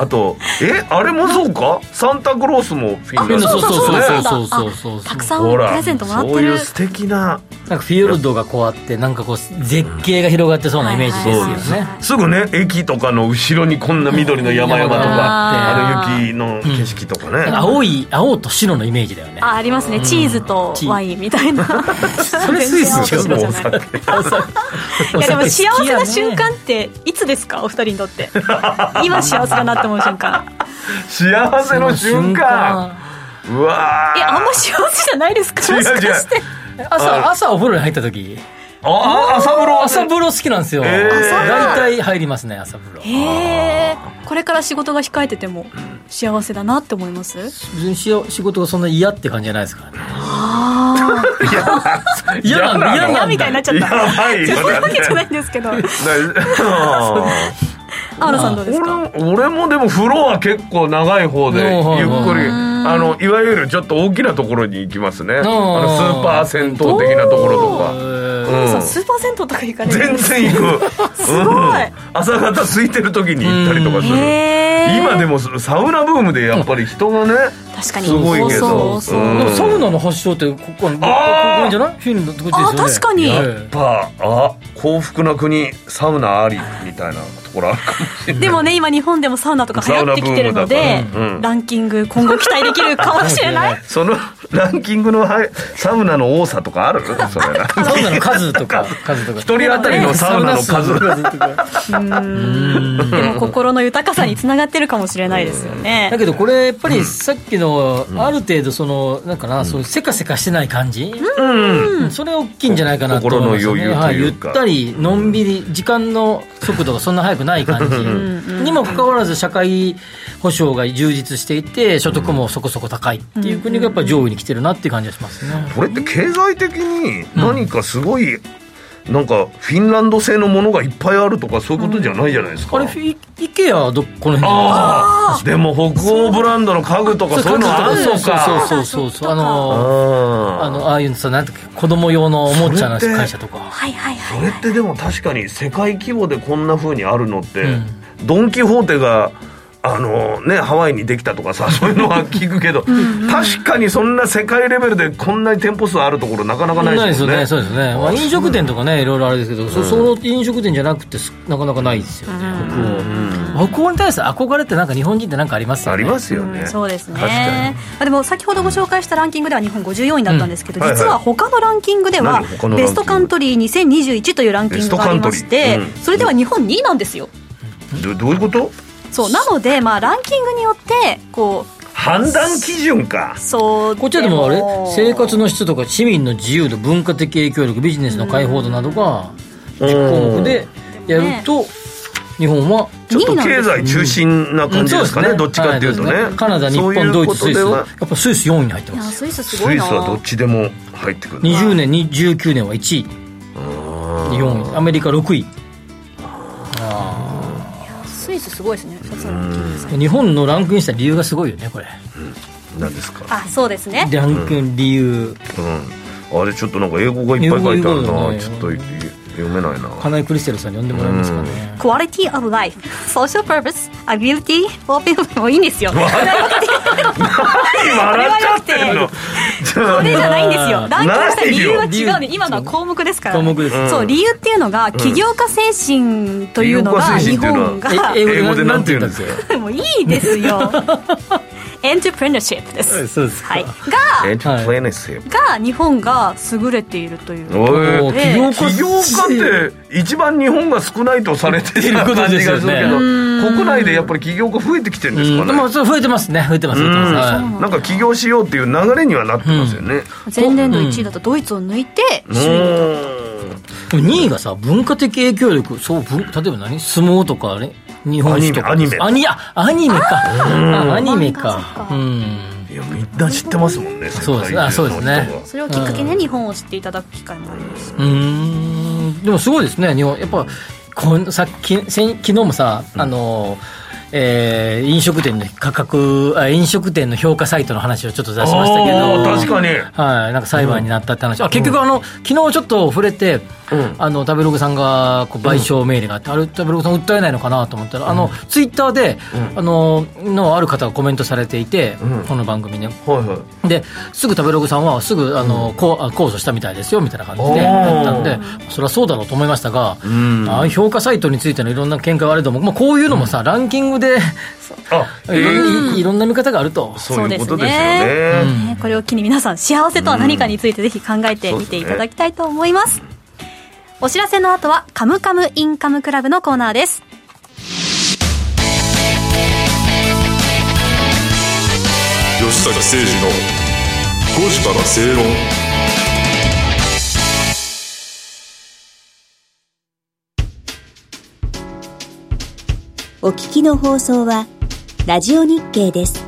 Speaker 4: あとえあれもそうかサンタクロースもフィン
Speaker 2: フィ
Speaker 4: ラ
Speaker 2: ン
Speaker 4: ン
Speaker 2: ラ
Speaker 4: ド
Speaker 2: ンドそうそう
Speaker 3: だ
Speaker 2: そう
Speaker 3: だ
Speaker 2: そうそうそうそう
Speaker 3: あたくさん
Speaker 4: ほ
Speaker 3: プ
Speaker 4: ら
Speaker 3: レゼントもらっ
Speaker 4: そう
Speaker 3: て
Speaker 4: いう
Speaker 3: る
Speaker 4: 素敵な
Speaker 2: なんかフィヨルドがこうあって、なんかこう、絶景が広がってそうなイメージですよ
Speaker 3: はいはいはい
Speaker 2: ね
Speaker 3: は。
Speaker 4: すぐね駅とかの後ろにこんな緑の山々と
Speaker 2: 山
Speaker 3: 々
Speaker 4: か
Speaker 3: あって
Speaker 4: あの雪の景色とかね、
Speaker 2: なんか青い、青と白のイメージだよね。
Speaker 3: あありますねチーズとワインみたいなそ
Speaker 2: れスイスじゃん
Speaker 4: もう
Speaker 3: [LAUGHS]
Speaker 4: お
Speaker 3: い
Speaker 4: 酒
Speaker 2: [LAUGHS] お酒好きや
Speaker 3: やでも幸せな
Speaker 2: ね
Speaker 3: 瞬間っていつですかお二人にとって今幸せだなって思う瞬間
Speaker 4: 幸せの瞬間うわー
Speaker 3: えあんま幸せじゃないですか
Speaker 4: 違う違
Speaker 3: も
Speaker 4: う
Speaker 3: しかして
Speaker 2: 朝朝お風呂に入った時
Speaker 4: あ朝風呂
Speaker 2: 朝風呂好きなんですよ、
Speaker 4: えー朝風
Speaker 2: 大
Speaker 4: 呂
Speaker 2: 体入りますね朝風呂
Speaker 3: へえこれから仕事が控えてても幸せだなって思います
Speaker 2: 別にし仕事がそんな嫌って感じじゃないですからね嫌
Speaker 4: 嫌
Speaker 2: なんだ
Speaker 4: なの
Speaker 2: 嫌な
Speaker 3: 嫌
Speaker 2: ん
Speaker 3: みたいに
Speaker 2: だ
Speaker 3: なっちゃっ
Speaker 4: や
Speaker 3: た
Speaker 4: ばい
Speaker 3: そ
Speaker 4: よ
Speaker 3: ういうわけじゃ
Speaker 4: [LAUGHS]
Speaker 3: ないんですけど青野さんどうですか
Speaker 4: 俺俺もでも風呂は結構長い方でゆっ
Speaker 2: うん
Speaker 4: くり
Speaker 2: う
Speaker 4: あのいわゆるちょっと大きなところに行きますねあ
Speaker 2: ん
Speaker 4: のスーパー銭湯的なところと
Speaker 2: え
Speaker 4: か
Speaker 2: ー
Speaker 3: そう
Speaker 4: うん
Speaker 3: スーパー銭湯とか行かれるん
Speaker 4: 全
Speaker 3: です
Speaker 4: 然行くす
Speaker 3: ごい
Speaker 4: 朝方空いてる時に行ったりとかする
Speaker 3: へー
Speaker 4: 今でもサウナブームでやっぱり人がね
Speaker 3: 確かに
Speaker 4: すごいけ
Speaker 3: そ
Speaker 4: ど
Speaker 3: うそう
Speaker 4: うん
Speaker 2: でもサウナの発祥ってこここここ
Speaker 4: あー
Speaker 2: こじゃないフィンランドこっち
Speaker 3: あ
Speaker 2: です
Speaker 3: 確
Speaker 2: よ
Speaker 3: かに
Speaker 2: ね
Speaker 3: や
Speaker 4: やっぱあ幸福な国サウナありみたいなところあるかもしれない
Speaker 3: でもね今日本でもサウナとか流行ってきてるので
Speaker 4: サウナブームだからうんうん
Speaker 3: ランキング今後期待できるかもしれない
Speaker 4: そのランキングのはいサウナの多さとかあるそれ
Speaker 2: サウナの数とか数とか
Speaker 4: 一人当たりのサウナの数
Speaker 2: サウナ数とか
Speaker 3: でも心の豊かさにつながってるかもしれないですよね
Speaker 2: [LAUGHS] だけどこれやっぱりさっきのある程度そのなんかなそういうせかせかしてない感じうんそれ大きいんじゃないかなと思いますよね
Speaker 4: 心の
Speaker 2: はい
Speaker 4: 余
Speaker 2: ゆ
Speaker 4: 裕
Speaker 2: っ
Speaker 4: というか
Speaker 2: たりのんびり時間の速度がそんな速くない感じにもかかわらず社会保障が充実していて所得もそこそこ高いっていう国がやっぱ上位に来てるなっていう感じがしますね
Speaker 4: これって経済的に何かすごい、なんかフィンランド製のものがいっぱいあるとかそういうことじゃないじゃないですか、
Speaker 2: あれイイケアはどこの辺じゃ
Speaker 4: あーでも北欧ブランドの家具とかそういうのあんの
Speaker 2: そう
Speaker 4: か
Speaker 2: そうそうそうそうあのあ
Speaker 4: あー
Speaker 2: のああいうさなんていうか子供用のおもちゃの
Speaker 4: それって
Speaker 2: 会社とか
Speaker 3: はいはいはい
Speaker 4: それってでも確かに世界規模でこんな風にあるのって、
Speaker 2: うん
Speaker 4: ドン・キホーテがあのねハワイにできたとかさそういうのは聞くけど確かにそんな世界レベルでこんなに店舗数あるところなかなかない
Speaker 2: ない
Speaker 4: で
Speaker 2: ですす
Speaker 4: よ
Speaker 2: よ
Speaker 4: ね
Speaker 2: ね、そうですね、まあ、飲食店とかね、いろいろあれですけど、そその飲食店じゃなくてす、なかなかないですよね、北欧、北欧に対する憧れって、なんか日本人ってなんかありますよ
Speaker 4: あ
Speaker 2: ね、
Speaker 4: りますよね、
Speaker 3: うんそうです
Speaker 4: 確か
Speaker 3: ね
Speaker 4: に
Speaker 3: あでも先ほどご紹介したランキングでは日本54位だったんですけど、
Speaker 4: うんはいはい
Speaker 3: 実は他のランキングでは
Speaker 4: 何他のランキング
Speaker 3: ベストカントリー2021というランキングがありまし
Speaker 4: ベスト
Speaker 3: て、
Speaker 4: カントリーうん
Speaker 3: それでは日本2位なんですよ
Speaker 4: どどういうこと
Speaker 3: そうなので、まあ、ランキングによってこ
Speaker 4: 判断基準か
Speaker 3: うそう
Speaker 2: こっちはでもあれ、生活の質とか、市民の自由度、文化的影響力、ビジネスの解放度などが、10項目でやると、日本は、
Speaker 4: ちょっと
Speaker 3: 2位なんで
Speaker 4: 経
Speaker 3: す
Speaker 4: 済中心な感じですかね,、どっちかっていうとね,、
Speaker 2: はですカナダ、日
Speaker 4: そうい
Speaker 2: 本、
Speaker 4: う
Speaker 2: ドイ
Speaker 4: こ
Speaker 2: ツ、
Speaker 4: と
Speaker 2: スイス、
Speaker 4: で
Speaker 2: や
Speaker 4: は
Speaker 2: っぱスイス4位に入って
Speaker 3: いや
Speaker 2: ます、
Speaker 3: スイスすご
Speaker 4: ス
Speaker 3: い
Speaker 4: イ
Speaker 3: な
Speaker 4: スはどっちでも入ってくる
Speaker 2: 20年、に19年は1位、4位、アメリカ6位。
Speaker 3: スイスすごいですね二つのランキングですね
Speaker 2: 日本のランクインした理由がすごいよねこれ
Speaker 4: なんですか、
Speaker 3: あそうですね
Speaker 2: ランクイン理由
Speaker 4: うん、あれちょっとなんか英語がいっぱい書いてある
Speaker 2: 英語が
Speaker 4: な、
Speaker 2: いい
Speaker 4: ち
Speaker 2: こ
Speaker 4: ょっ
Speaker 2: とだ
Speaker 4: とい
Speaker 2: ね
Speaker 4: 読めないな
Speaker 2: カナイクリステルさんに呼んでもらえますかね
Speaker 3: クオリティオブライフ、ソーシャルパー s ス、アビリティ、
Speaker 4: [LAUGHS]
Speaker 3: オープンもういいんですよ。
Speaker 4: 笑っちゃってんの
Speaker 3: これじゃないんですよ。断行した理由は違う
Speaker 2: ない
Speaker 3: ね。
Speaker 2: よ
Speaker 3: 今のは項目ですから、
Speaker 2: 項目です
Speaker 3: そう、理由っていうのが、起業家精神というのが、
Speaker 4: 起
Speaker 3: 日
Speaker 4: 業家精神っていうのは
Speaker 3: 本が、
Speaker 2: え
Speaker 4: [LAUGHS] 英語でなんて言うんです
Speaker 2: か
Speaker 4: か
Speaker 3: もういいですよ。エントプレナーシップです。
Speaker 2: そうですか
Speaker 3: はい。
Speaker 4: エンタープレネスよ
Speaker 3: が、が、日本が優れているという。
Speaker 4: おい
Speaker 2: お
Speaker 3: え
Speaker 2: 起
Speaker 3: え
Speaker 2: 業家
Speaker 4: 起業家って一番日本が少ないとされてる
Speaker 2: っていうこ
Speaker 4: 感
Speaker 2: とで
Speaker 4: じ
Speaker 2: す
Speaker 4: が
Speaker 2: よ
Speaker 4: す
Speaker 2: ね
Speaker 4: るけど国内でやっぱり起業家増えてきてるんです
Speaker 2: う
Speaker 4: か
Speaker 2: ん、
Speaker 4: ね
Speaker 2: でもそう増えてますね増えてます増えてます、はい
Speaker 4: なんか起業しようっていう流れにはなってますよね
Speaker 3: 前年度1位だとドイツを抜いて、首
Speaker 4: う
Speaker 3: 位に
Speaker 4: ん
Speaker 2: でも2位がさ文化的影響力そうぶん例えば何相撲とかね日本史とか
Speaker 4: アニメ
Speaker 2: ア
Speaker 4: ア
Speaker 2: ニあアニメかあアニメか
Speaker 3: 漫画そっか
Speaker 2: うん
Speaker 4: いやみんな知ってますもんね世界
Speaker 2: そうです
Speaker 4: 中の人が
Speaker 2: あそうですね
Speaker 3: それをきっかけに日本を知っていただく機会もあります。
Speaker 2: うーんでもすごいですね日本やっぱこんさっき先昨日もさあの、えー飲食店の価格あ飲食店の評価サイトの話をちょっと出しましたけど
Speaker 4: あー確かに
Speaker 2: はい、なんか裁判になったって話、あ結局あの、昨日ちょっと触れて、あの食べログさんがこう賠償命令があって、あれ、食べログさん、訴えないのかなと思ったら、あのツイッターで、あののある方がコメントされていて、
Speaker 4: うん
Speaker 2: この番組ね。
Speaker 4: はいはい
Speaker 2: ですぐ食べログさんはすぐあの、こうあ控訴したみたいですよみたいな感じ
Speaker 4: お
Speaker 2: で
Speaker 4: ー
Speaker 2: だったんでそれはそうだろうと思いましたが、ああいう評価サイトについてのいろんな見解はあれども、まあ、こういうのもさ、ランキングで
Speaker 4: あ
Speaker 2: いろんないろんな見方があると
Speaker 4: そういうことですよ
Speaker 3: そうで
Speaker 4: ね
Speaker 3: ねこれを機に皆さん幸せとは何かについてぜひ考えてみていただきたいと思います。お知らせの後はカムカムインカムクラブのコーナーです。
Speaker 5: 吉崎誠二の5時から正論
Speaker 6: お聞きの放送は、ラジオ日経です。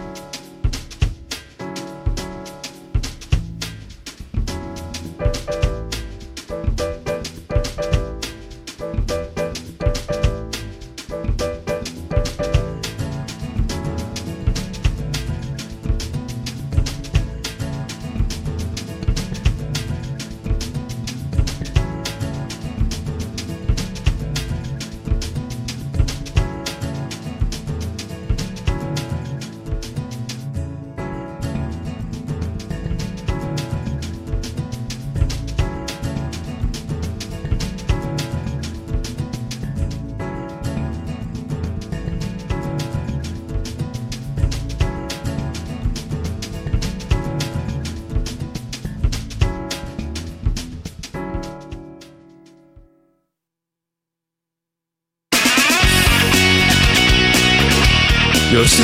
Speaker 5: 吉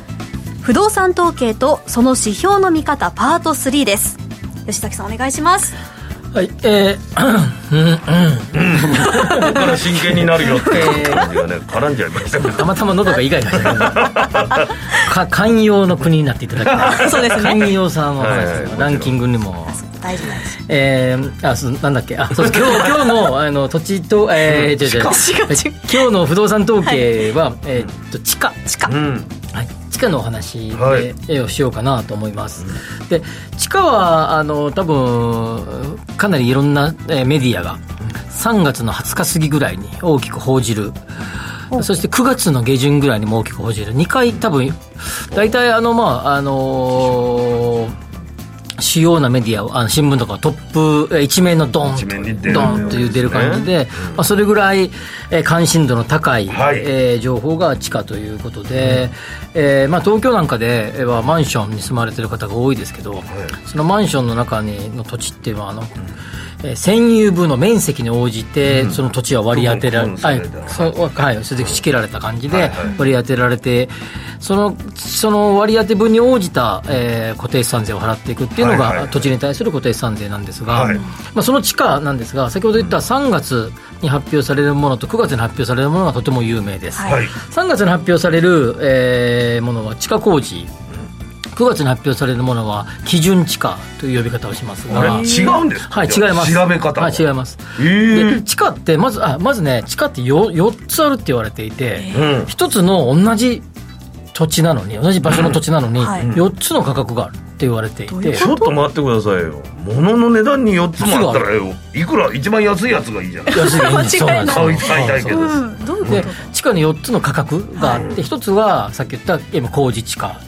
Speaker 3: 不動産統計とその指標の見方パート3です。吉崎さんお願いします。
Speaker 2: はいえーうんうん
Speaker 4: ここから真剣になるよっていう感
Speaker 2: [LAUGHS]
Speaker 4: じがね絡んじゃいましたけど
Speaker 2: たまたま喉がイガイガしてるか寛容の国になっていただきたい
Speaker 3: そうですね
Speaker 2: 寛容さんは、
Speaker 4: はいはいもちろん
Speaker 2: ランキングにも
Speaker 3: 大事です。
Speaker 2: えー、あそうなんだっけあそうです今日今日のあの土地とえー、違う違う今日の不動産統計は、えーっと地価地価
Speaker 4: うん
Speaker 2: はい、地下のお話で、
Speaker 4: はい
Speaker 2: えーをしようかなと思います、で地下はあの多分かなりいろんな、えーメディアが3月の20日過ぎぐらいに大きく報じるそして9月の下旬ぐらいにも大きく報じる2回多分大体あのまああのー主要なメディアをあの新聞とかトップえー一面のドンと
Speaker 4: 一面に出る
Speaker 2: ドンという出る感じで、まあ、それぐらい、えー関心度の高い、
Speaker 4: はい
Speaker 2: えーえー情報が地下ということで、えーまあ、東京なんかではマンションに住まれてる方が多いですけど、そのマンションの中にの土地っていうのはあの、えー占有部の面積に応じて、その土地は割り当てられ、
Speaker 4: うん
Speaker 2: はい
Speaker 4: うん
Speaker 2: そうはい、それで仕切られた感じで割り当てられて、そのその割り当て分に応じた、えー固定資産税を払っていくっていうの
Speaker 4: はいは
Speaker 2: が
Speaker 4: い
Speaker 2: 土地に対する固定資産税なんですが、
Speaker 4: はい
Speaker 2: まあ、その地価なんですが先ほど言った3月に発表されるものと9月に発表されるものがとても有名です、
Speaker 3: はい
Speaker 4: はい
Speaker 2: 3月に発表される、えーものは地下工事9 9月に発表されるものは基準地価という呼び方をします
Speaker 4: あれ
Speaker 2: が
Speaker 4: 違うんですか
Speaker 2: はい違い
Speaker 4: じゃあ
Speaker 2: ます
Speaker 4: 調べ方は
Speaker 2: はい違います、
Speaker 4: えー
Speaker 2: で地価ってまずあまずね地価ってよ 4, つあるって言われていて、
Speaker 4: うん
Speaker 2: 一つの同じ土地なのに同じ場所の土地なのに、
Speaker 3: はい
Speaker 2: 4つの価格があるって言われていて、
Speaker 4: ちょっと待ってくださいよ物の値段に4つもあったらよいくら一番安いやつがいいじゃない
Speaker 2: 安いよねそうなんですよ
Speaker 4: 買いたいだけど
Speaker 2: そう
Speaker 4: う
Speaker 3: うんどういうこ
Speaker 2: で
Speaker 3: と
Speaker 2: 地下に4つの価格があって、1つはさっき言った今工事地下、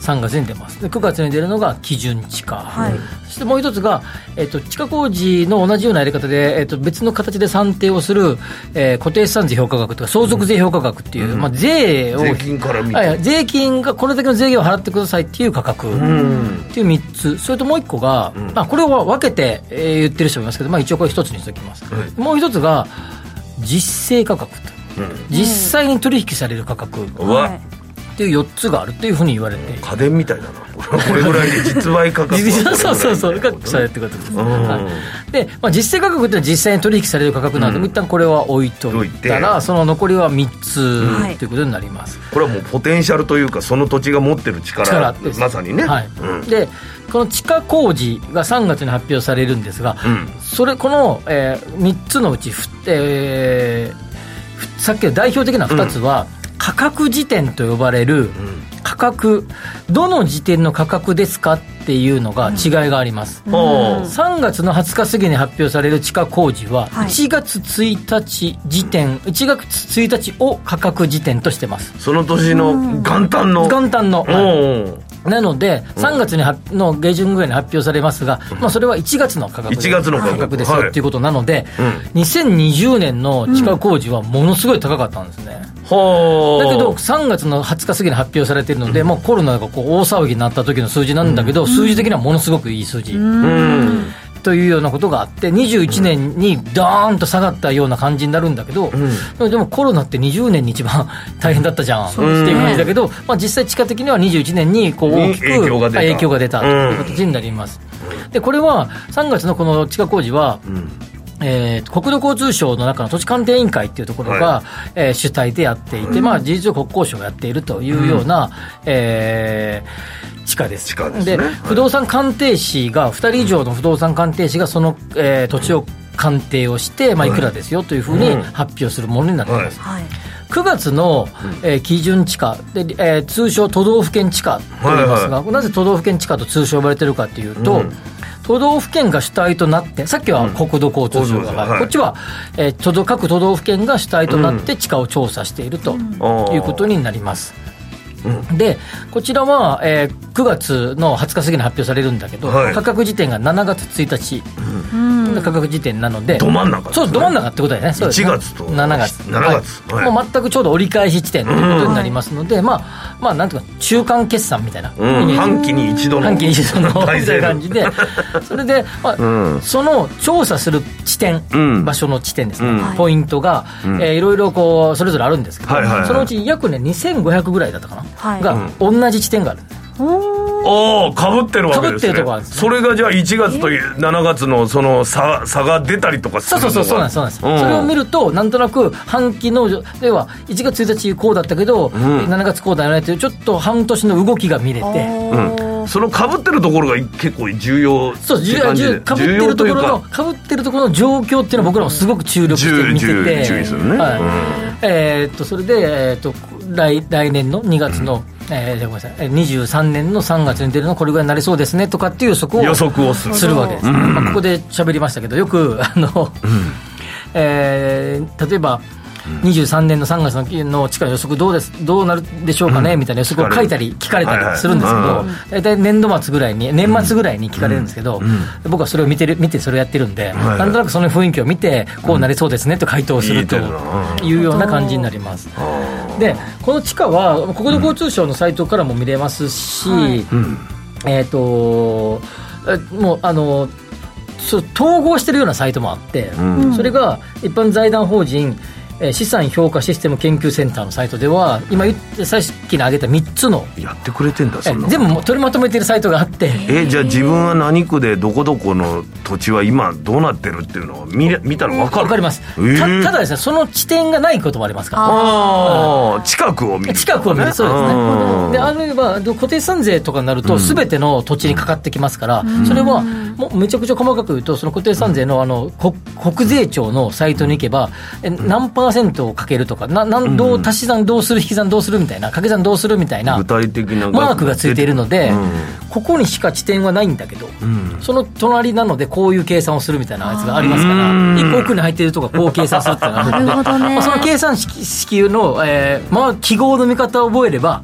Speaker 2: 3月に出ますで9月に出るのが基準地下、
Speaker 3: はい
Speaker 2: そしてもう1つが、えっと地下工事の同じようなやり方で、えっと別の形で算定をする、えー固定資産税評価額とか相続税評価額っていう、まあ、税を
Speaker 4: 税金から見て
Speaker 2: あいや税金がこれだけの税金を払ってくださいっていう価格、
Speaker 4: ん
Speaker 2: っていう3つそれともう1個が、まあ、これを分けて、えー言ってる人もいますけど、まあ、一応これ1つにしておきます、もう1つが実勢価格と、実際に取引される価格っ
Speaker 4: わ、
Speaker 3: はい
Speaker 2: ていう4つがあるっていうふうに言われている
Speaker 4: 家電みたいだな [LAUGHS] これぐらいで実
Speaker 2: [LAUGHS]
Speaker 4: 売価格はこれぐらいみたいな
Speaker 2: そうそうそう、価格されるってことです、
Speaker 4: ん
Speaker 2: はい、で、まあ、実勢価格っていうのは実際に取引される価格なので、一旦これは置いといた
Speaker 4: 置い
Speaker 2: ら
Speaker 4: て
Speaker 2: その残りは3
Speaker 3: はい
Speaker 2: つということになります、
Speaker 4: これはもうポテンシャルというかその土地が持ってる力
Speaker 2: 力です
Speaker 4: まさにね、
Speaker 2: はい
Speaker 4: うん
Speaker 2: でこの地下工事が3月に発表されるんですが、
Speaker 4: ん
Speaker 2: それこの、え3つのうちふ、えーふさっきの代表的な2つは、価格時点と呼ばれる価格どの時点の価格ですかっていうのが違いがあります、
Speaker 4: あ
Speaker 2: 3月の20日過ぎに発表される地下工事は
Speaker 3: はい
Speaker 2: 1月1日時点、1月1日を価格時点としてます
Speaker 4: あその年の元旦の
Speaker 2: 元旦の、はい
Speaker 4: おう
Speaker 2: なので、3月にはの下旬ぐらいに発表されますが、まあ、それは1月の価格で
Speaker 4: 1月の価格
Speaker 2: ですよ
Speaker 4: はい
Speaker 2: っていうことなので、2020年の地下工事はものすごい高かったんですね。
Speaker 4: はあ
Speaker 2: だけど、3月の20日過ぎに発表されているので、もうコロナがこう大騒ぎになった時の数字なんだけど、数字的にはものすごくいい数字。
Speaker 4: うん
Speaker 2: というようなことがあって、21年にドーンと下がったような感じになるんだけど、でもコロナって20年に一番 [LAUGHS] 大変だったじゃんって
Speaker 3: うですね
Speaker 2: いう感じだけど、まあ、実際、地下的には21年にこう大きく
Speaker 4: 影響が出た
Speaker 2: 影響が出たという形になります。でこれは3月のこの地下工事は、えー国土交通省の中の土地鑑定委員会っていうところが、
Speaker 4: は
Speaker 2: えー主体でやっていて、まあ、事実上国交省がやっているというような、えー地下です。
Speaker 4: 地下ですねはい
Speaker 2: 不動産鑑定士が、2人以上の不動産鑑定士がその、えー土地を鑑定をして、まあ、いくらですよというふうに発表するものになっています。
Speaker 3: はい
Speaker 2: 9月の、えー基準地価で、えー通称都道府県地価と言いますが、なぜ都道府県地価と通称呼ばれてるかというと、都道府県が主体となって、さっきは国土交通省が、
Speaker 4: はい
Speaker 2: こっちは、えー都道各都道府県が主体となって地価を調査しているということになります。でこちらは、えー9月の20日過ぎに発表されるんだけど、
Speaker 4: はい
Speaker 2: 価格時点が7月1日、価格時点なので、
Speaker 4: ど真ん中ですね
Speaker 2: そうど真ん中ってことだよね、そうですね
Speaker 4: 1月と
Speaker 2: 7月、
Speaker 4: 7月
Speaker 2: はい
Speaker 4: はい
Speaker 2: もう全くちょうど折り返し地点ということになりますので、まあ、まあ、なんていうか、中間決算みたいな、
Speaker 4: うん半期に一度の
Speaker 2: 半期に一度の
Speaker 4: [LAUGHS] 大
Speaker 2: みた
Speaker 4: 勢
Speaker 2: いな [LAUGHS] 感じで、
Speaker 4: [LAUGHS]
Speaker 2: それで、まあその調査する地点、
Speaker 4: ん
Speaker 2: 場所の地点ですね、
Speaker 3: うん
Speaker 2: ポイントが、えーいろいろこうそれぞれあるんですけど、
Speaker 4: はいはいはい
Speaker 2: そのうち約ね、2500ぐらいだったかな、
Speaker 3: はい
Speaker 2: が同じ地点がある。
Speaker 4: ああかぶってるわけで
Speaker 2: 被
Speaker 4: す
Speaker 2: っ
Speaker 4: ね
Speaker 2: てるとこあるんですね
Speaker 4: それがじゃあ1月と7月のその差差が出たりとかす
Speaker 2: そう
Speaker 4: るの
Speaker 2: そう
Speaker 4: が
Speaker 2: そうそうなんですそうなんです、
Speaker 4: ん
Speaker 2: それを見るとなんとなく半期の例えば1月1日こうだったけど、7月こうだよねっていうちょっと半年の動きが見れて
Speaker 4: そのかぶってるところが結構重要
Speaker 2: そう
Speaker 4: って感じで
Speaker 2: かぶってるところの
Speaker 4: 重要というか
Speaker 2: かぶってるところの状況っていうのは僕らもすごく注力して見て
Speaker 4: 重
Speaker 2: て
Speaker 4: 重注意するね
Speaker 2: はい
Speaker 4: うん
Speaker 2: えーっとそれで、えーっと来来年の2月の、えーごめんなさいえー23年の3月に出るのこれぐらいになりそうですねとかっていう予測を
Speaker 4: 予測をする
Speaker 2: するわけです、まあ、ここで喋りましたけどよくあの、 [LAUGHS] えー例えば23年の3月のの地価の予測どうですどうなるでしょうかねみたいな予測を書いたり聞かれた
Speaker 4: はいはい
Speaker 2: りするんですけ
Speaker 4: うん
Speaker 2: ど大体年度末ぐらいに年末ぐらいに聞かれるんですけど僕はそれを見てる見てそれをやってるんで
Speaker 4: はい
Speaker 2: なんとなくその雰囲気を見てこうなりそうですねと回答すると
Speaker 4: うんいい手
Speaker 2: いうような感じになります。でこの地価は国土交通省のサイトからも見れますし、えっ、とえもうあのそう統合してるようなサイトもあって、それが一般財団法人、えー資産評価システム研究センターのサイトでは今言ってさっきに挙げた3つの、
Speaker 4: やってくれてんだ
Speaker 2: え
Speaker 4: そんな
Speaker 2: 全部もう取りまとめてるサイトがあって、
Speaker 4: えじゃあ自分は何区でどこどこの土地は今どうなってるっていうのを見れ見たら分かる
Speaker 2: わかります、
Speaker 4: ええ
Speaker 2: たただですねその地点がないこともありますから
Speaker 4: ああ近くを見る
Speaker 2: 近くを見るそうですね
Speaker 4: うん
Speaker 2: であるいはで固定資産税とかになると、すべての土地にかかってきますから、それはもうめちゃくちゃ細かく言うと、その固定資産税のあのこ国税庁のサイトに行けば、え何パーセントをかけるとか、ななんどう足し算どうする、引き算どうするみたいな、掛け算どうするみたいな、
Speaker 4: 具体的な
Speaker 2: マークがついているので、
Speaker 4: うん
Speaker 2: ここにしか地点はないんだけど、
Speaker 4: ん
Speaker 2: その隣なので、こういう計算をするみたいなやつがありますから、一個奥に入っているとか、こう計算するっていうのがあるので
Speaker 3: なるほどね
Speaker 2: まあその計算式式の、えーまあ、記号の見方を覚えれば、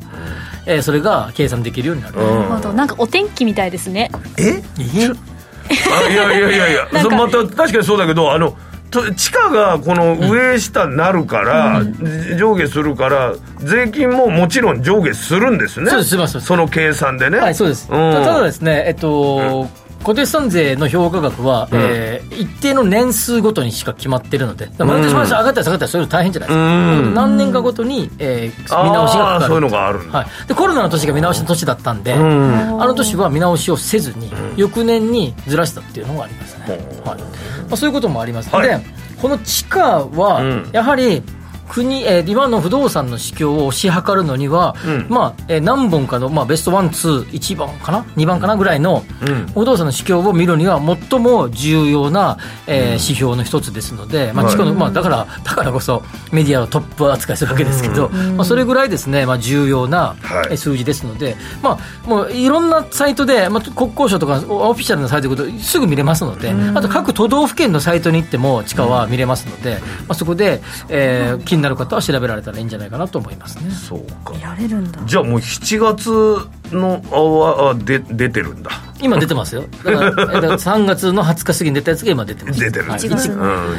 Speaker 2: えーそれが計算できるようになる。
Speaker 3: なるほどなんかお天気みたいですね
Speaker 4: えあいやいやいやいや
Speaker 3: なんか
Speaker 4: そまた確かにそうだけどあのと地価がこの上下になるから、じ上下するから税金ももちろん上下するんですね
Speaker 2: そうですそうですそうです
Speaker 4: その計算でね
Speaker 2: はい、そうです。
Speaker 4: ん
Speaker 2: たただですね、えっと、固定資産税の評価額は、えー一定の年数ごとにしか決まってるので、だから毎年毎年上がったり下がったり、そういうの大変じゃないですか。
Speaker 4: うん
Speaker 2: 何年かごとに、えー見直しがかか
Speaker 4: あー
Speaker 2: る。
Speaker 4: そういうのがあるんだ
Speaker 2: はい、でコロナの年が見直しの年だったんで、
Speaker 4: うん
Speaker 2: あの年は見直しをせずに、翌年にずらしたっていうのがありますね、はいまあ、そういうこともあります、
Speaker 4: はい
Speaker 2: でこの地価は、
Speaker 4: うん
Speaker 2: やはり国、えー今の不動産の市況を推し量るのには、
Speaker 4: ん
Speaker 2: まあえー何本かの、まあ、ベストワン、ツー、1番かな、2番かなぐらいの
Speaker 4: うん
Speaker 2: 不動産の市況を見るには、最も重要な、えー指標の一つですので、まあ
Speaker 4: はい
Speaker 2: 地価のまあ、だからだからこそ、メディアをトップ扱いするわけですけど、まあ、それぐらいですね、まあ、重要な、
Speaker 4: はい
Speaker 2: えー数字ですので、まあ、もういろんなサイトで、まあ、国交省とかオフィシャルなサイトですぐ見れますので、あと各都道府県のサイトに行っても、地価は見れますので、まあ、そこで、えー気になる方は調べられたらいいんじゃないかなと思いますね。
Speaker 4: そうか
Speaker 3: やれるんだ
Speaker 4: じゃあもう7月のあわあで出てるんだ
Speaker 2: 今出てますよ、だからえーだから3月の20日過ぎに出たやつが今出てます。
Speaker 4: 出てるんだ、
Speaker 2: はい
Speaker 4: うん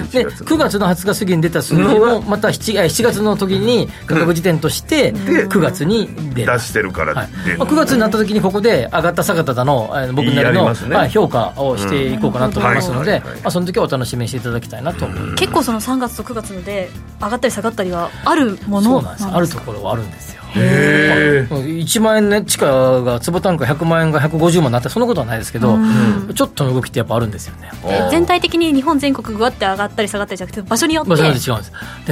Speaker 2: で
Speaker 4: 1
Speaker 2: 9月の20日過ぎに出た数字もまた 7, えー7月の時に価格時点として9月に出る
Speaker 4: 出してるから
Speaker 2: はい
Speaker 4: 出る、
Speaker 2: まあ、9月になった時にここで上がった下がっただのあの僕なり
Speaker 4: やり
Speaker 2: の、
Speaker 4: ますね
Speaker 2: はい評価をしていこうかなと思いますので、
Speaker 4: うんはいはいはい
Speaker 2: まあ、その時はお楽しみにしていただきたいなと思います、
Speaker 3: 結構その3月と9月ので上がったり下がったりはあるも
Speaker 2: そ
Speaker 3: の
Speaker 2: うなんです
Speaker 3: か
Speaker 2: あるところはあるんですよ
Speaker 4: へえ
Speaker 2: 1万円ね地価が坪単価100万円が150万になったそんなことはないですけど、ちょっとの動きってやっぱあるんですよね
Speaker 3: え全体的に日本全国ぐわって上がったり下がったりじゃなくて場所によって
Speaker 2: 場所によって違うんで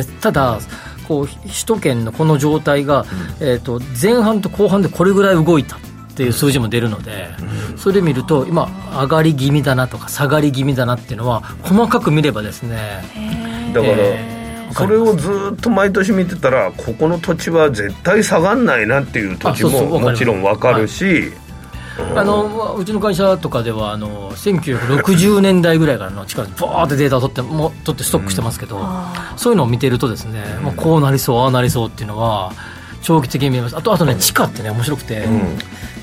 Speaker 2: すでただこうひ首都圏のこの状態が、えー、と前半と後半でこれぐらい動いたっていう数字も出るので、それ見ると今上がり気味だなとか下がり気味だなっていうのは細かく見ればですね
Speaker 4: だから、
Speaker 2: えー
Speaker 4: それをずーっと毎年見てたらここの土地は絶対下がんないなっていう土地
Speaker 2: あそうそ
Speaker 4: も
Speaker 2: うわかります
Speaker 4: もちろん分かるし
Speaker 2: あのまあうちの会社とかではあの1960年代ぐらいからの力でバーってデータを取ってもう取ってストックしてますけど、そういうのを見てるとですね、まあ、こうなりそうああなりそうっていうのは長期的に見えますあとあとね地下ってね面白くて、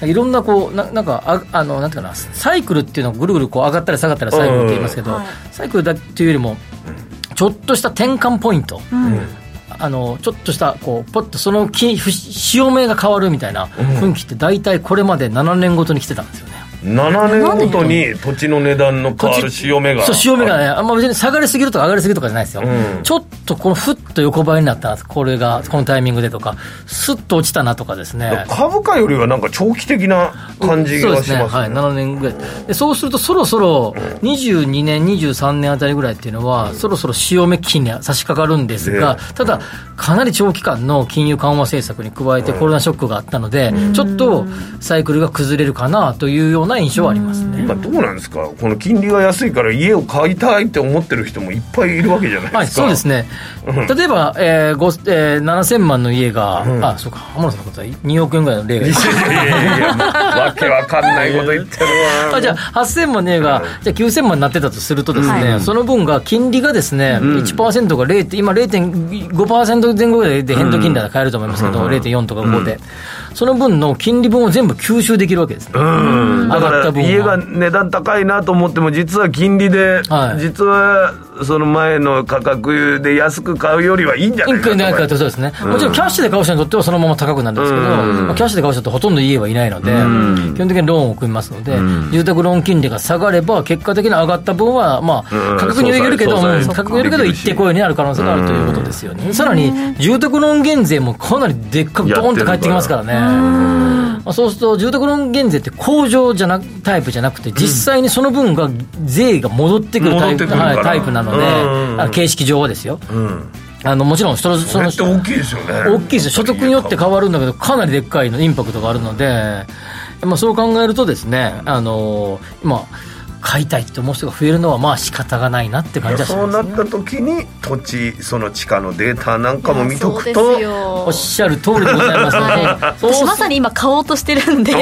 Speaker 2: いろんなこうななんかああのなんていうかなサイクルっていうのがぐるぐるこう上がったり下がったりサイクルって言いますけど、
Speaker 3: うんはい
Speaker 2: サイクルだっていうよりもちょっとした転換ポイント、あのちょっとしたこうポッとそのきふ潮目が変わるみたいな雰囲気って大体これまで7年ごとに来てたんですよね
Speaker 4: 7年ごとに土地の値段の変わる潮目が
Speaker 2: そう潮目がねあんま別に下がりすぎるとか上がりすぎるとかじゃないですよ、
Speaker 4: うん
Speaker 2: ちょっとこのふっと横ばいになったなこれがこのタイミングでとかスッと落ちたなとかですね
Speaker 4: 株価よりはなんか長期的な感じ
Speaker 2: そうで
Speaker 4: が
Speaker 2: す
Speaker 4: し
Speaker 2: ね、
Speaker 4: ます
Speaker 2: はい、
Speaker 4: ね
Speaker 2: 7年ぐらいでそうするとそろそろ22年23年あたりぐらいっていうのはそろそろ潮目期に差し掛かるんですが
Speaker 4: ね
Speaker 2: ただかなり長期間の金融緩和政策に加えてコロナショックがあったのでちょっとサイクルが崩れるかなというような印象はありますね
Speaker 4: 今どうなんですかこの金利が安いから家を買いたいって思ってる人もいっぱいいるわけじゃない
Speaker 2: は
Speaker 4: で
Speaker 2: い、
Speaker 4: すか、
Speaker 2: そうですね、例えば、えーごえー、7000万の家が、あそうか、浜田さんのことは2億円ぐらいの例が
Speaker 4: [LAUGHS] いやいやいやわけわかんないこと言ってるわ
Speaker 2: あじゃあ8000万の家が、じゃあ9000万になってたとするとですね、
Speaker 3: は
Speaker 2: その分が金利がですね、1%が0、今0.5%前後ぐらいで変動金利が買えると思いますけど、0.4とか5で、その分の金利分を全部吸収できるわけですね。
Speaker 4: うん、だ
Speaker 2: 上
Speaker 4: か
Speaker 2: がった
Speaker 4: ら
Speaker 2: 分は
Speaker 4: 家が値段高いなと思っても実は金利で、
Speaker 2: はい
Speaker 4: 実はその前の価格で安く買うよりはいいんじゃ
Speaker 2: イ
Speaker 4: ない
Speaker 2: ンク
Speaker 4: かと
Speaker 2: なんかとそうですね、もちろんキャッシュで買う人にとってはそのまま高くなるんですけど、まあキャッシュで買う人ってほとんど家はいないので、基本的にローンを組みますので、住宅ローン金利が下がれば、結果的に上がった分は、まあ、
Speaker 4: うん
Speaker 2: 価格によるけど、
Speaker 4: 相殺
Speaker 2: うん価格によるけど、
Speaker 4: できる
Speaker 2: 一
Speaker 4: し
Speaker 2: 定雇用になる可能性があるということですよね、さらに住宅ローン減税もかなりでっかく、ドーンって返ってきますからね。まあそうすると、住宅ローン減税って控除じゃなタイプじゃなくて、実際にその分が税が戻ってくるタイプ,、
Speaker 4: 戻ってくるから
Speaker 2: はい、タイプなので、
Speaker 4: うん
Speaker 2: あの形式上はですよ。あのもちろんそのそ
Speaker 4: これ
Speaker 2: の
Speaker 4: って大きいですよね
Speaker 2: 大きいですよ所得によって変わるんだけどかなりでっかいのインパクトがあるので、まあ、そう考えるとですねあの今買いたいって思う人が増えるのはまあ仕方がないなって感じがし
Speaker 4: そう
Speaker 2: ま
Speaker 4: な
Speaker 2: す、
Speaker 4: っ
Speaker 2: ね、
Speaker 4: た時に土地その地価のデータなんかも見とく
Speaker 7: そう
Speaker 4: と
Speaker 7: ですよ
Speaker 2: おっしゃる通りでございますの
Speaker 4: [LAUGHS]
Speaker 2: でそう
Speaker 7: 私まさに今買おうとしてるんで
Speaker 4: お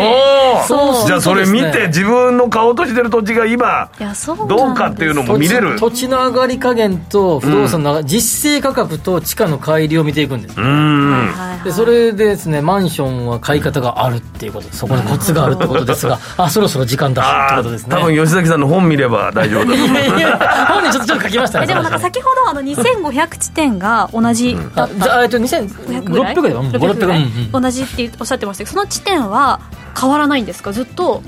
Speaker 3: [LAUGHS]
Speaker 4: ー
Speaker 7: そう
Speaker 4: じゃあそれ見
Speaker 2: そうです
Speaker 4: て
Speaker 2: ね
Speaker 4: 自分の買おうとしてる土地が今
Speaker 7: いやそうなんです
Speaker 4: どうかっていうのも見れる
Speaker 2: 土地土地の上がり加減と不動産の上が、実勢価格と地価の乖離を見ていくんです、
Speaker 4: うーん
Speaker 7: はいはい
Speaker 2: でそれでですねマンションは買い方があるっていうことそこにコツがあるってことですがあそろそろ時間だって
Speaker 4: あ
Speaker 2: こ
Speaker 4: あ
Speaker 2: とですね
Speaker 4: 多分吉崎さんの本見れば大丈夫だ
Speaker 2: いやいや本人ちょっとちょっと書きましたね
Speaker 3: えでもなんか先ほどあの2500地点が同じだ
Speaker 2: あ
Speaker 3: っ
Speaker 2: じゃ
Speaker 3: た
Speaker 2: あえっと2600
Speaker 3: 500ぐらい
Speaker 2: ぐらい5 6 0
Speaker 3: 600ぐらい
Speaker 2: 0
Speaker 3: 同じっておっしゃってましたけどその地点は変わらないんですかずっと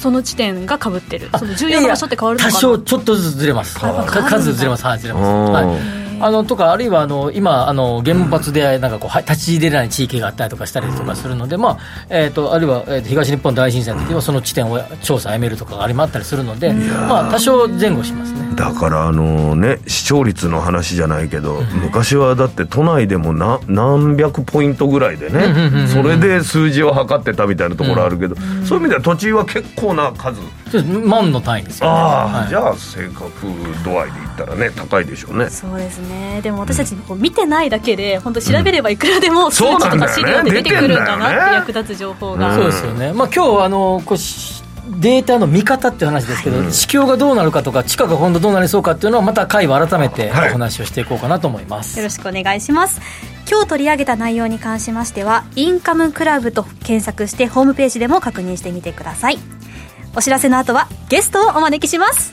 Speaker 3: その地点が被ってるその重要な場所って変わるのか
Speaker 2: 多
Speaker 3: な
Speaker 2: 少ちょっとずつずれます
Speaker 3: あやっぱ
Speaker 2: か数ずれますはいずれます
Speaker 4: おー
Speaker 2: はいあのとかあるいはあの今あの原発でなんかこうは立ち入れない地域があったりとかしたりとかするのでまあえっとあるいはえーと東日本大震災の時はその地点を調査やめるとかがありまあったりするのでまあ多少前後しますね
Speaker 4: だからあのね視聴率の話じゃないけど昔はだって都内でもな何百ポイントぐらいでねそれで数字を測ってたみたいなところあるけどそういう意味では土地は結構な数
Speaker 2: ちょっと万の単位ですよ
Speaker 4: あ
Speaker 2: は
Speaker 4: あ
Speaker 2: い
Speaker 4: じゃあ正確度合いで言ったらね高いでしょうね
Speaker 7: そうですねでも私たちこう見てないだけで本当調べればいくらでも数値とか資料で出てくるんだなって役立つ情報が、
Speaker 2: そうですよね、まあ今日はあのこうしデータの見方っていう話ですけど、地況がどうなるかとか、地価が今度どうなりそうかっていうのは、また会は改めてお
Speaker 4: はい
Speaker 2: 話をしていこうかなと思います。
Speaker 3: よろしくお願いします今日取り上げた内容に関しましてはインカムクラブと検索してホームページでも確認してみてくださいお知らせの後はゲストをお招きします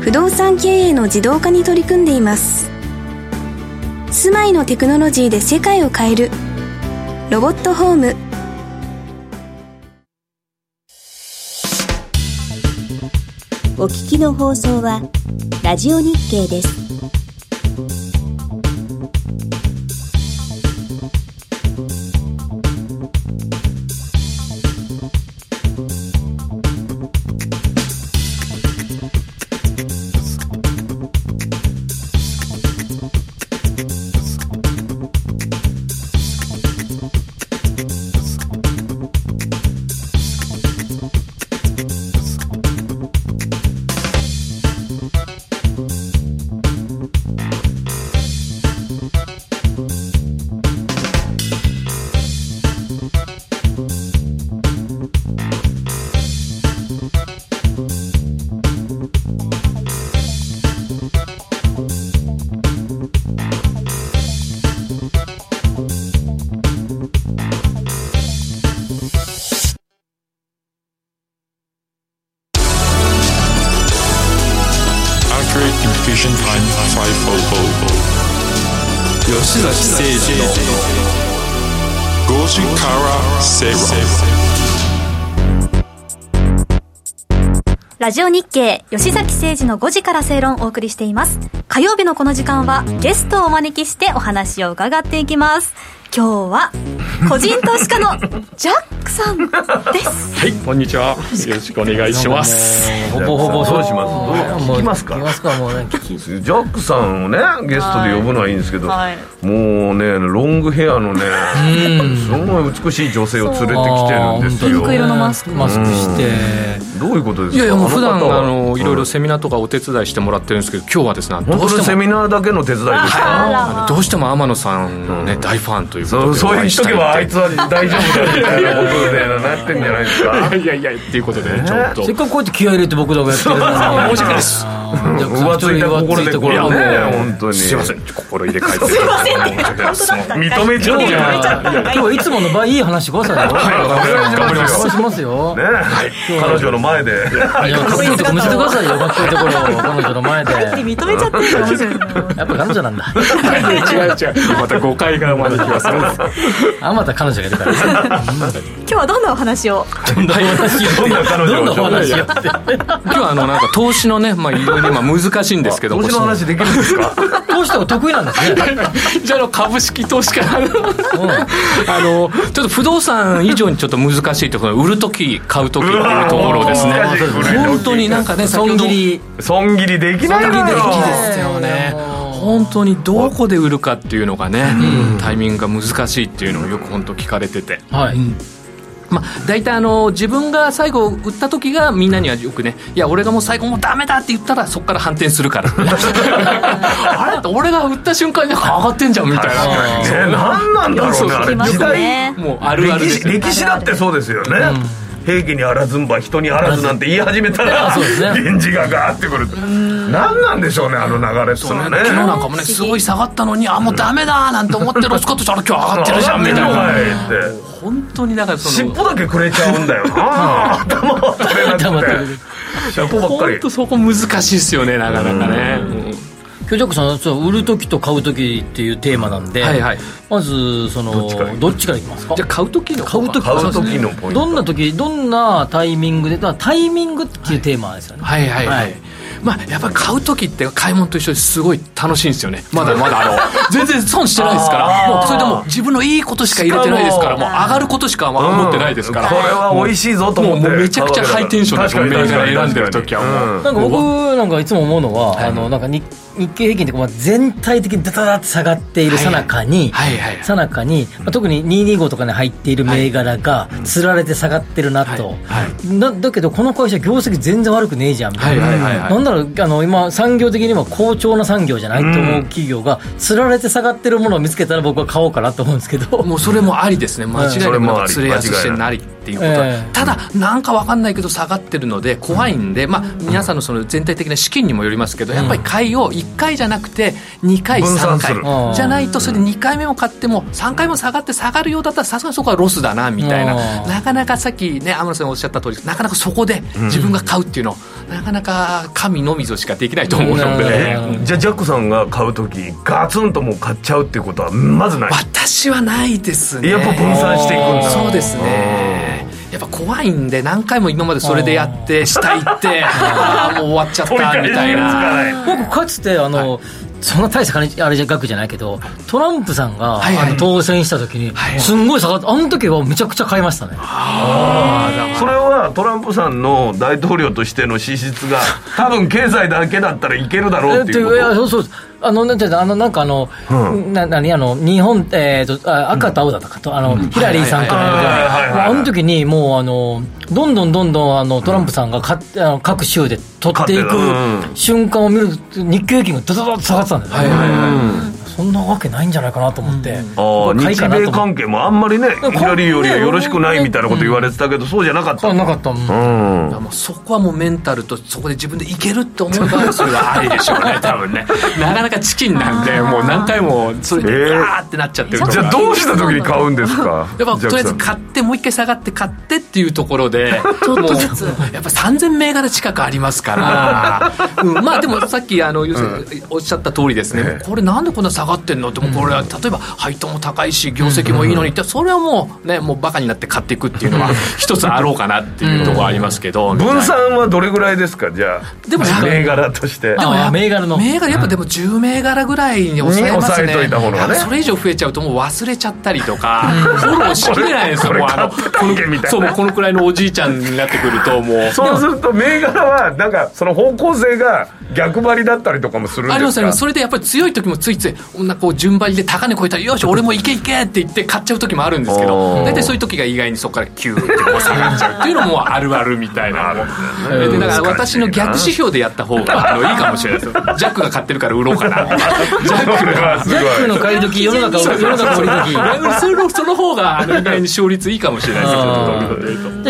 Speaker 8: 不動産経営の自動化に取り組んでいます住まいのテクノロジーで世界を変えるロボットホーム
Speaker 6: お聞きの放送はラジオ日経です。
Speaker 5: Accurate Communication Time 500吉崎誠二の5時から正論
Speaker 3: ラジオ日経吉崎誠二の5時から正論をお送りしています火曜日のこの時間はゲストをお招きしてお話を伺っていきます今日は個人投資家のジャックさんです
Speaker 9: はい、こんにちは。よろしくお願いします。
Speaker 2: ほぼほぼ
Speaker 4: どうしますどう聞きますか
Speaker 2: 聞きますかもう
Speaker 4: [LAUGHS]
Speaker 2: ね聞き
Speaker 4: ジャックさんをねゲストで呼ぶのはいいんですけど、
Speaker 7: はい
Speaker 4: もうねロングヘアのねすごい美しい女性を連れてきてるんですよ
Speaker 2: ピンク色のマスクマスクして
Speaker 4: どういうことですか
Speaker 9: いやいや、もう普段
Speaker 4: あの方は
Speaker 9: あの、いろいろセミナーとかお手伝いしてもらってるんですけど、今日はですね、
Speaker 4: 本
Speaker 9: ど
Speaker 4: 当
Speaker 9: う
Speaker 4: の
Speaker 9: して
Speaker 4: セ
Speaker 9: も、
Speaker 4: ミナーだけの手伝いですか
Speaker 9: あのどうしても天野さんのね、大ファンということ
Speaker 4: そ
Speaker 9: で
Speaker 4: うそう言っとけばあいつは大丈夫だみたいなことでなってんじゃないですか
Speaker 9: いやいやいや、っていうことでね、ちょっと。
Speaker 2: せっかくこうやって気合い入れて僕らがやってるのに
Speaker 9: 申し訳ないです。
Speaker 4: 浮ついた心でこれはね本当に
Speaker 9: すいません、心入れ替えて。すいません、本
Speaker 4: 認めちゃうじゃん
Speaker 2: 今日はいつもの倍いい話してくだ
Speaker 4: [LAUGHS]
Speaker 2: さいよ
Speaker 4: 頑張ります
Speaker 2: そうしますよ、
Speaker 4: ね彼女の前で
Speaker 2: いや、かっこいいとこ見せてくださいよ、かっこいいところを、彼女の前で。
Speaker 3: 認めちゃってるかもしれ
Speaker 7: [LAUGHS]
Speaker 3: ない
Speaker 2: やっぱ彼女なんだ。
Speaker 9: 当に。違う違う。また誤解が生まれてきます。
Speaker 2: あまた彼女が出たら。
Speaker 3: 今日はどんなお話を
Speaker 2: [LAUGHS] どんなお話を。どんな
Speaker 4: 彼女
Speaker 2: お
Speaker 4: を
Speaker 2: 話を。
Speaker 9: 今日はあの、なんか投資のね、まあいろいろ今難しいんですけど、
Speaker 4: 投資の話できるんですか
Speaker 2: [LAUGHS] 投資とか得意なん
Speaker 9: [LAUGHS]
Speaker 2: ですね。
Speaker 9: じゃああの株式投資家の [LAUGHS] あのちょっと不動産以上にちょっと難しいところ売るとき買うときっていうところですね
Speaker 4: うわー難しい
Speaker 9: 本当になんかね先ほ
Speaker 2: 損
Speaker 9: ど
Speaker 2: 切り。
Speaker 4: 損切りできないのよ
Speaker 9: できですよね本当にどこで売るかっていうのがね、タイミングが難しいっていうのをよく本当聞かれてて、
Speaker 2: はい。
Speaker 9: まあ、大体あの自分が最後売った時がみんなにはよくねいや俺がもう最後もうダメだって言ったらそこから反転するから
Speaker 4: [LAUGHS]
Speaker 9: あれ俺が売った瞬間になんか上がってんじゃんみたいな
Speaker 4: ね何なんだろうねあれ時代
Speaker 9: もうあるある
Speaker 4: 歴史
Speaker 9: ですよね
Speaker 4: 歴史だってそうですよね、平家にあらずんば人にあらずなんて言い始めたら
Speaker 2: そうですね
Speaker 4: 源氏がガーってくる何なんでしょうねあの流れっす
Speaker 9: そうね
Speaker 4: よね
Speaker 9: 昨日なんかもねすごい下がったのにあもうダメだなんて思ってロスカットしたら今日上がってるじゃんみたい
Speaker 4: 上が
Speaker 9: な
Speaker 4: ってんのかいって
Speaker 9: 本当にだからそ
Speaker 4: 尻
Speaker 9: の
Speaker 4: 尾だけくれちゃうんだよな頭は取れな
Speaker 2: 頭取れ
Speaker 4: く
Speaker 2: る
Speaker 4: て尻尾ばっか
Speaker 9: 本
Speaker 4: り
Speaker 9: 当そこ難しいですよねなかなかねうん
Speaker 2: 今日ジャックさん、そう売る時と買う時っていうテーマなんで、
Speaker 9: はいはい
Speaker 2: まず、その、どっちからいきますか
Speaker 9: じゃあ買う時の
Speaker 2: 買う時
Speaker 4: 買う時のポイン
Speaker 2: ど
Speaker 4: ト
Speaker 2: んな時、どんなタイミングで、まあタイミングっていうテーマですよね。
Speaker 9: はいはいはい、
Speaker 2: はい
Speaker 9: まあやっぱり買う時って買い物と一緒ですごい楽しいんですよねまだま
Speaker 4: [LAUGHS]
Speaker 9: だあの全然損してないですからもうそれでも自分のいいことしか入れてないですからもう上がることしか思ってないですから、
Speaker 4: これは美味しいぞと思って
Speaker 9: もうもうめちゃくちゃハイテンションです
Speaker 4: 確かに
Speaker 9: 銘柄選んでる時はもう
Speaker 4: うん
Speaker 2: なんか僕なんかいつも思うのは、あのなんか日日経平均とかまあ全体的にダダダって下がっているさなかに、
Speaker 9: はいはいはい
Speaker 2: さなかに、まあ特に225とかに入っている銘柄が、つられて下がってるなと、
Speaker 9: はい
Speaker 2: なだけど、この会社、業績全然悪くねえじゃんみたいな、
Speaker 9: はいはいはいはい
Speaker 2: なんならあの今、産業的には好調な産業じゃないと思う企業が、つられて下がってるものを見つけたら、僕は買おうかなと思うんですけど、
Speaker 9: [LAUGHS] もうそれもありですね間違いな
Speaker 4: それ
Speaker 9: く
Speaker 4: もあり
Speaker 9: 釣れやすくしてなりっていうことは、
Speaker 2: 間違いない
Speaker 9: ただなんかわかんないけど下がってるので怖いんで、まあ、皆さんのその全体的な資金にもよりますけど、やっぱり買いを1回じゃなくて2回
Speaker 4: 分散
Speaker 9: 3
Speaker 4: す
Speaker 2: う
Speaker 4: る
Speaker 2: ん
Speaker 9: 回じゃないとそれで2回目も買っても3回も下がって下がるようだったらさすがにそこはロスだなみたいな、
Speaker 2: うん
Speaker 9: なかなかさっきね天野さんおっしゃった通りなかなかそこで自分が買うっていうの、なかなか神のみぞしかできないと思うので。
Speaker 2: なるほど
Speaker 4: じゃあジャックさんが買う時ガツンともう買っちゃうっていうことはまずない
Speaker 9: 私はないですね
Speaker 4: やっぱ分散していくんだ
Speaker 9: そうですねやっぱ怖いんで何回も今までそれでやって下行っ
Speaker 4: [LAUGHS]
Speaker 9: てああもう終わっちゃったみたいな
Speaker 2: 僕かつてあの、そんな大した金あれじゃ額じゃないけどトランプさんが、
Speaker 9: はいはい
Speaker 2: あの当選した時に、
Speaker 9: はい
Speaker 2: すんごい下がってあの時はめちゃくちゃ買いましたね
Speaker 4: それはトランプさんの大統領としての資質が多分経済だけだったらいけるだろうっていうこ
Speaker 2: えっとや
Speaker 4: と
Speaker 2: そうそうあのなんていうのあのなんかあの、
Speaker 4: うん
Speaker 2: な何あの日本えー、とあ赤と青だったかとあの、ヒラリーさんとの
Speaker 4: はいはいはいはい
Speaker 2: あの時にもうあのどんどんどんどんあのトランプさんが勝ってあの各州で取っていく
Speaker 4: 勝ってるうん
Speaker 2: 瞬間を見ると日経平均がドドドッと下がってたんだよね、そんなわけないんじゃないかなと思って、
Speaker 4: ああ
Speaker 2: 僕は買い
Speaker 4: 日
Speaker 2: かなと思
Speaker 4: 米
Speaker 2: って
Speaker 4: 関係もあんまりね
Speaker 2: うん
Speaker 4: 左よりはよろしくないみたいなこと言われてたけどそうじゃなかった
Speaker 2: あ
Speaker 4: うん
Speaker 2: なかったもん
Speaker 9: もうそこはもうメンタルとそこで自分でいけるって思う場合それはありでしょうね多分ねなかなかチキンなんでもう何回もそれ
Speaker 4: え
Speaker 9: で
Speaker 4: ー
Speaker 9: あーってなっちゃってるとこ
Speaker 4: じ
Speaker 9: ろ
Speaker 4: ゃあ
Speaker 9: が
Speaker 4: どうした時に買うんですか
Speaker 9: やっぱ
Speaker 4: ジ
Speaker 9: と
Speaker 4: ャッ
Speaker 9: りあ
Speaker 4: クさ
Speaker 9: えず
Speaker 4: ん
Speaker 9: 買ってもう一回下がって買ってっていうところで [LAUGHS] ちょっとずつやっぱ3000銘柄近くありますから、うんまあでもさっきあの、要するにおっしゃった通りですね、これなんでこんな下下がってんのってもうこれは例えば配当も高いし業績もいいのにってそれはもうねもうバカになって買っていくっていうのは一つあろうかなっていうところはありますけど
Speaker 4: 分散はどれぐらいですかじゃあ
Speaker 9: でもやっぱ
Speaker 4: 銘柄として
Speaker 9: でもやっぱ
Speaker 2: 銘柄の
Speaker 9: 銘柄やっぱでも10銘柄ぐらいに抑えますね
Speaker 4: に抑えといた方がね
Speaker 9: それ以上増えちゃうともう忘れちゃったりとかフォローしきれないですよ
Speaker 4: これ
Speaker 9: もうあの
Speaker 4: カップタンゲみたいな
Speaker 9: そうもうこのくらいのおじいちゃんになってくるともう
Speaker 4: そうすると銘柄はなんかその方向性が逆張りだったりとかもするんですか
Speaker 9: ありますありますそれでやっぱり強い時もついつい女こう順張りで高値超えたらよし俺もいけいけって言って買っちゃう時もあるんですけ
Speaker 4: おー
Speaker 9: ど大体そういう時が意外にそこからキューってこう下がっちゃうっていうのもあるあるみたいなでだから私の逆指標でやった方があのいいかもしれないですよジャックが買ってるから売ろうか [LAUGHS] なジャッ
Speaker 4: こ
Speaker 9: ク
Speaker 4: れはす
Speaker 2: ジ
Speaker 4: ご
Speaker 2: ャ
Speaker 4: い
Speaker 2: ックの買い時世の中世の中売り時
Speaker 9: [LAUGHS] そのその方があの意外に勝率いいかもしれないです
Speaker 2: あ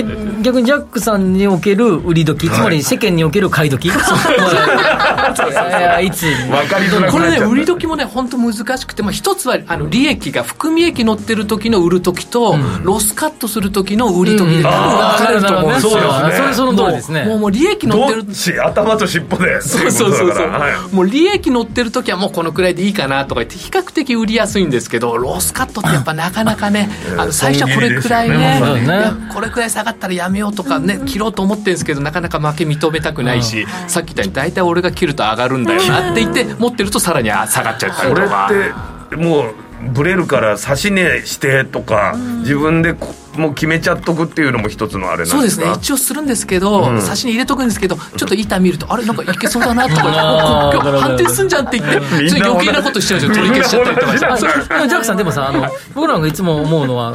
Speaker 9: け
Speaker 2: で
Speaker 9: ど
Speaker 2: 逆にジャックさんにおける売り時、つまり世間における買い時、そういやいやいつ
Speaker 4: 分かりづら
Speaker 9: こ
Speaker 4: くな
Speaker 9: れ
Speaker 4: っち
Speaker 9: ね
Speaker 4: ゃう
Speaker 9: 売り時もね本当難しくて、まあ、一つはあの利益が含み益乗ってる時の売る時と、ロスカットする時の売り時で多分分かれると思うんですよ、
Speaker 2: そう
Speaker 4: ですね
Speaker 2: それその通りですね
Speaker 9: もうもう利益乗って
Speaker 4: ど
Speaker 9: る
Speaker 4: っち頭と尻尾で
Speaker 9: そうそうそう
Speaker 4: っていう
Speaker 9: そ、
Speaker 4: ことだからはい
Speaker 9: もう利益乗ってる時はもうこのくらいでいいかなとか言って比較的売りやすいんですけどロスカットってやっぱなかなかねあの最初はこれくらいね
Speaker 2: 損切りですよね
Speaker 9: いや
Speaker 2: そう
Speaker 9: これくらい下がったらやめようとかね切ろうと思ってるんですけどなかなか負け認めたくないし、さっき言ったように大体俺が切ると上がるんだよなって言って持ってるとさらに下がっちゃったり
Speaker 4: ことれ
Speaker 9: か。
Speaker 4: ってもうブレるから指し値してとか自分でこもう決めちゃっとくっていうのも一つのあれな
Speaker 9: そ
Speaker 4: ん
Speaker 9: う
Speaker 4: で
Speaker 9: ですす
Speaker 4: か
Speaker 9: ね一応するんですけど、差しに入れとくんですけどちょっと板見るとあれなんかいけそうだなとか
Speaker 2: あー
Speaker 9: 今日反転すんじゃんって言って
Speaker 4: みんな
Speaker 9: つい余計なことしちゃうんですよ取り消しちゃったりとかして
Speaker 4: みんな同じだ
Speaker 9: そう
Speaker 2: でもジャックさんでもさあの僕らがいつも思うのは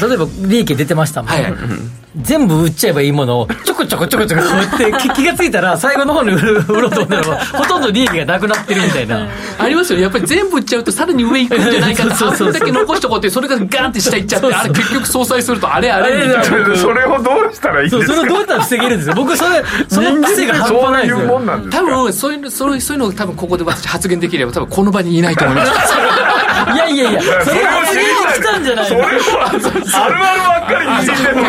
Speaker 2: 例えば利益出てましたもん、
Speaker 9: はいはい
Speaker 2: 全部売っちゃえばいいものをちょこちょこちょこちょこ売ってき気がついたら最後の方に売る売ろうと思ったらほとんど利益がなくなってるみたいな
Speaker 9: ありますよねやっぱり全部売っちゃうとさらに上行くんじゃないかな
Speaker 2: そう
Speaker 9: 半
Speaker 2: そうそうそう
Speaker 9: 分だけ残しとこうってそれがガーンって下行っちゃってあれ結局相殺するとあれあれみたいな
Speaker 4: それそれをどうしたらいいん
Speaker 2: そう
Speaker 4: です
Speaker 2: それをどうや
Speaker 4: か
Speaker 2: ったら防げるんですよ僕それその癖が半端ないんで
Speaker 4: 人間ってそうい
Speaker 2: す
Speaker 4: うも
Speaker 2: よ
Speaker 4: んなんです
Speaker 9: 多
Speaker 4: か
Speaker 9: 分そういうのそういうそういうのを多分ここで私発言できれば多分この場にいないと思います
Speaker 2: いやいやいやそれは自分に来たんじゃない
Speaker 4: そ
Speaker 2: の
Speaker 4: れはあるあるばっかり言ってもね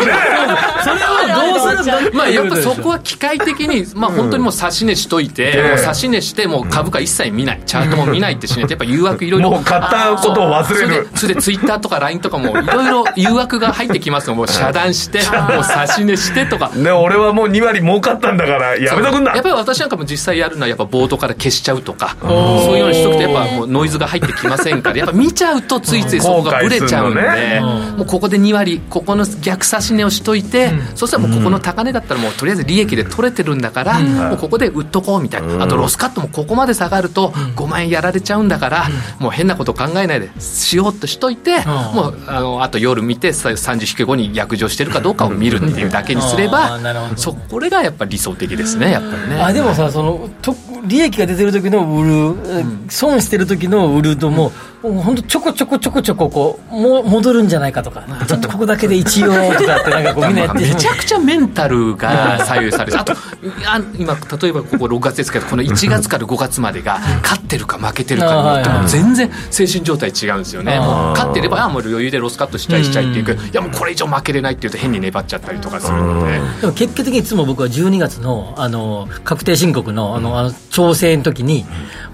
Speaker 2: それはどうするんだ
Speaker 9: まあやっぱ
Speaker 2: そ
Speaker 9: そこは機械的に、まあ本当にもう差し値しといて、もう差し値して、もう株価一切見ない、チャートも見ないってしないと、やっぱ誘惑いろい
Speaker 4: [LAUGHS] [LAUGHS]
Speaker 9: ろ。
Speaker 4: もう買ったことを忘れる
Speaker 9: そうそれで、それでツイッターとか LINE とかもいろいろ誘惑が入ってきますの、もう遮断して、もう差し値してとか。
Speaker 4: ね俺はもう2割儲かったんだからやめとくんだ
Speaker 9: やっぱり私なんかも実際やるのはやっぱ冒頭から消しちゃうとかそういうようにしとくとやっぱもうノイズが入ってきませんからやっぱ見ちゃうとついついそこがブレちゃうんで、
Speaker 4: 後悔する
Speaker 9: もうここで2割ここの逆差し値をしといて、そしたらもうここの高値だったらもうとりあえず利益で取れてるんだから、もうここで売っとこうみたいな、あとロスカットもここまで下がると5万円やられちゃうんだから、もう変なこと考えないでしようとしといて、もうあのあと夜見てさ3時引け後に逆上してるかどうかを見るっていうだけにすれ
Speaker 2: あ
Speaker 9: ば
Speaker 2: ーなるほど
Speaker 9: そこれがやっぱり理想的ですねやっぱりね。
Speaker 2: あでもさそのと利益が出てる時の売る、損してる時の売るともう本当ちょこちょこちょこちょここうも戻るんじゃないかとかちょっとここだけで一応とかってなんかこうみんなやって
Speaker 9: め
Speaker 2: る
Speaker 9: ちゃくちゃメンタルが左右されてあとあ今例えばここ6月ですけどこの1月から5月までが勝ってるか負けてるかによって
Speaker 2: あーはい
Speaker 9: も
Speaker 2: は
Speaker 9: う
Speaker 2: い
Speaker 9: 全然精神状態違うんですよね
Speaker 2: あー
Speaker 9: もう勝ってればあーもう余裕でロスカットしたいしたいっていうけどいやもうこれ以上負けれないっていうと変に粘っちゃったりとかするので。
Speaker 2: でも結果的にいつも僕は12月のあの確定申告のあのあの調整の時に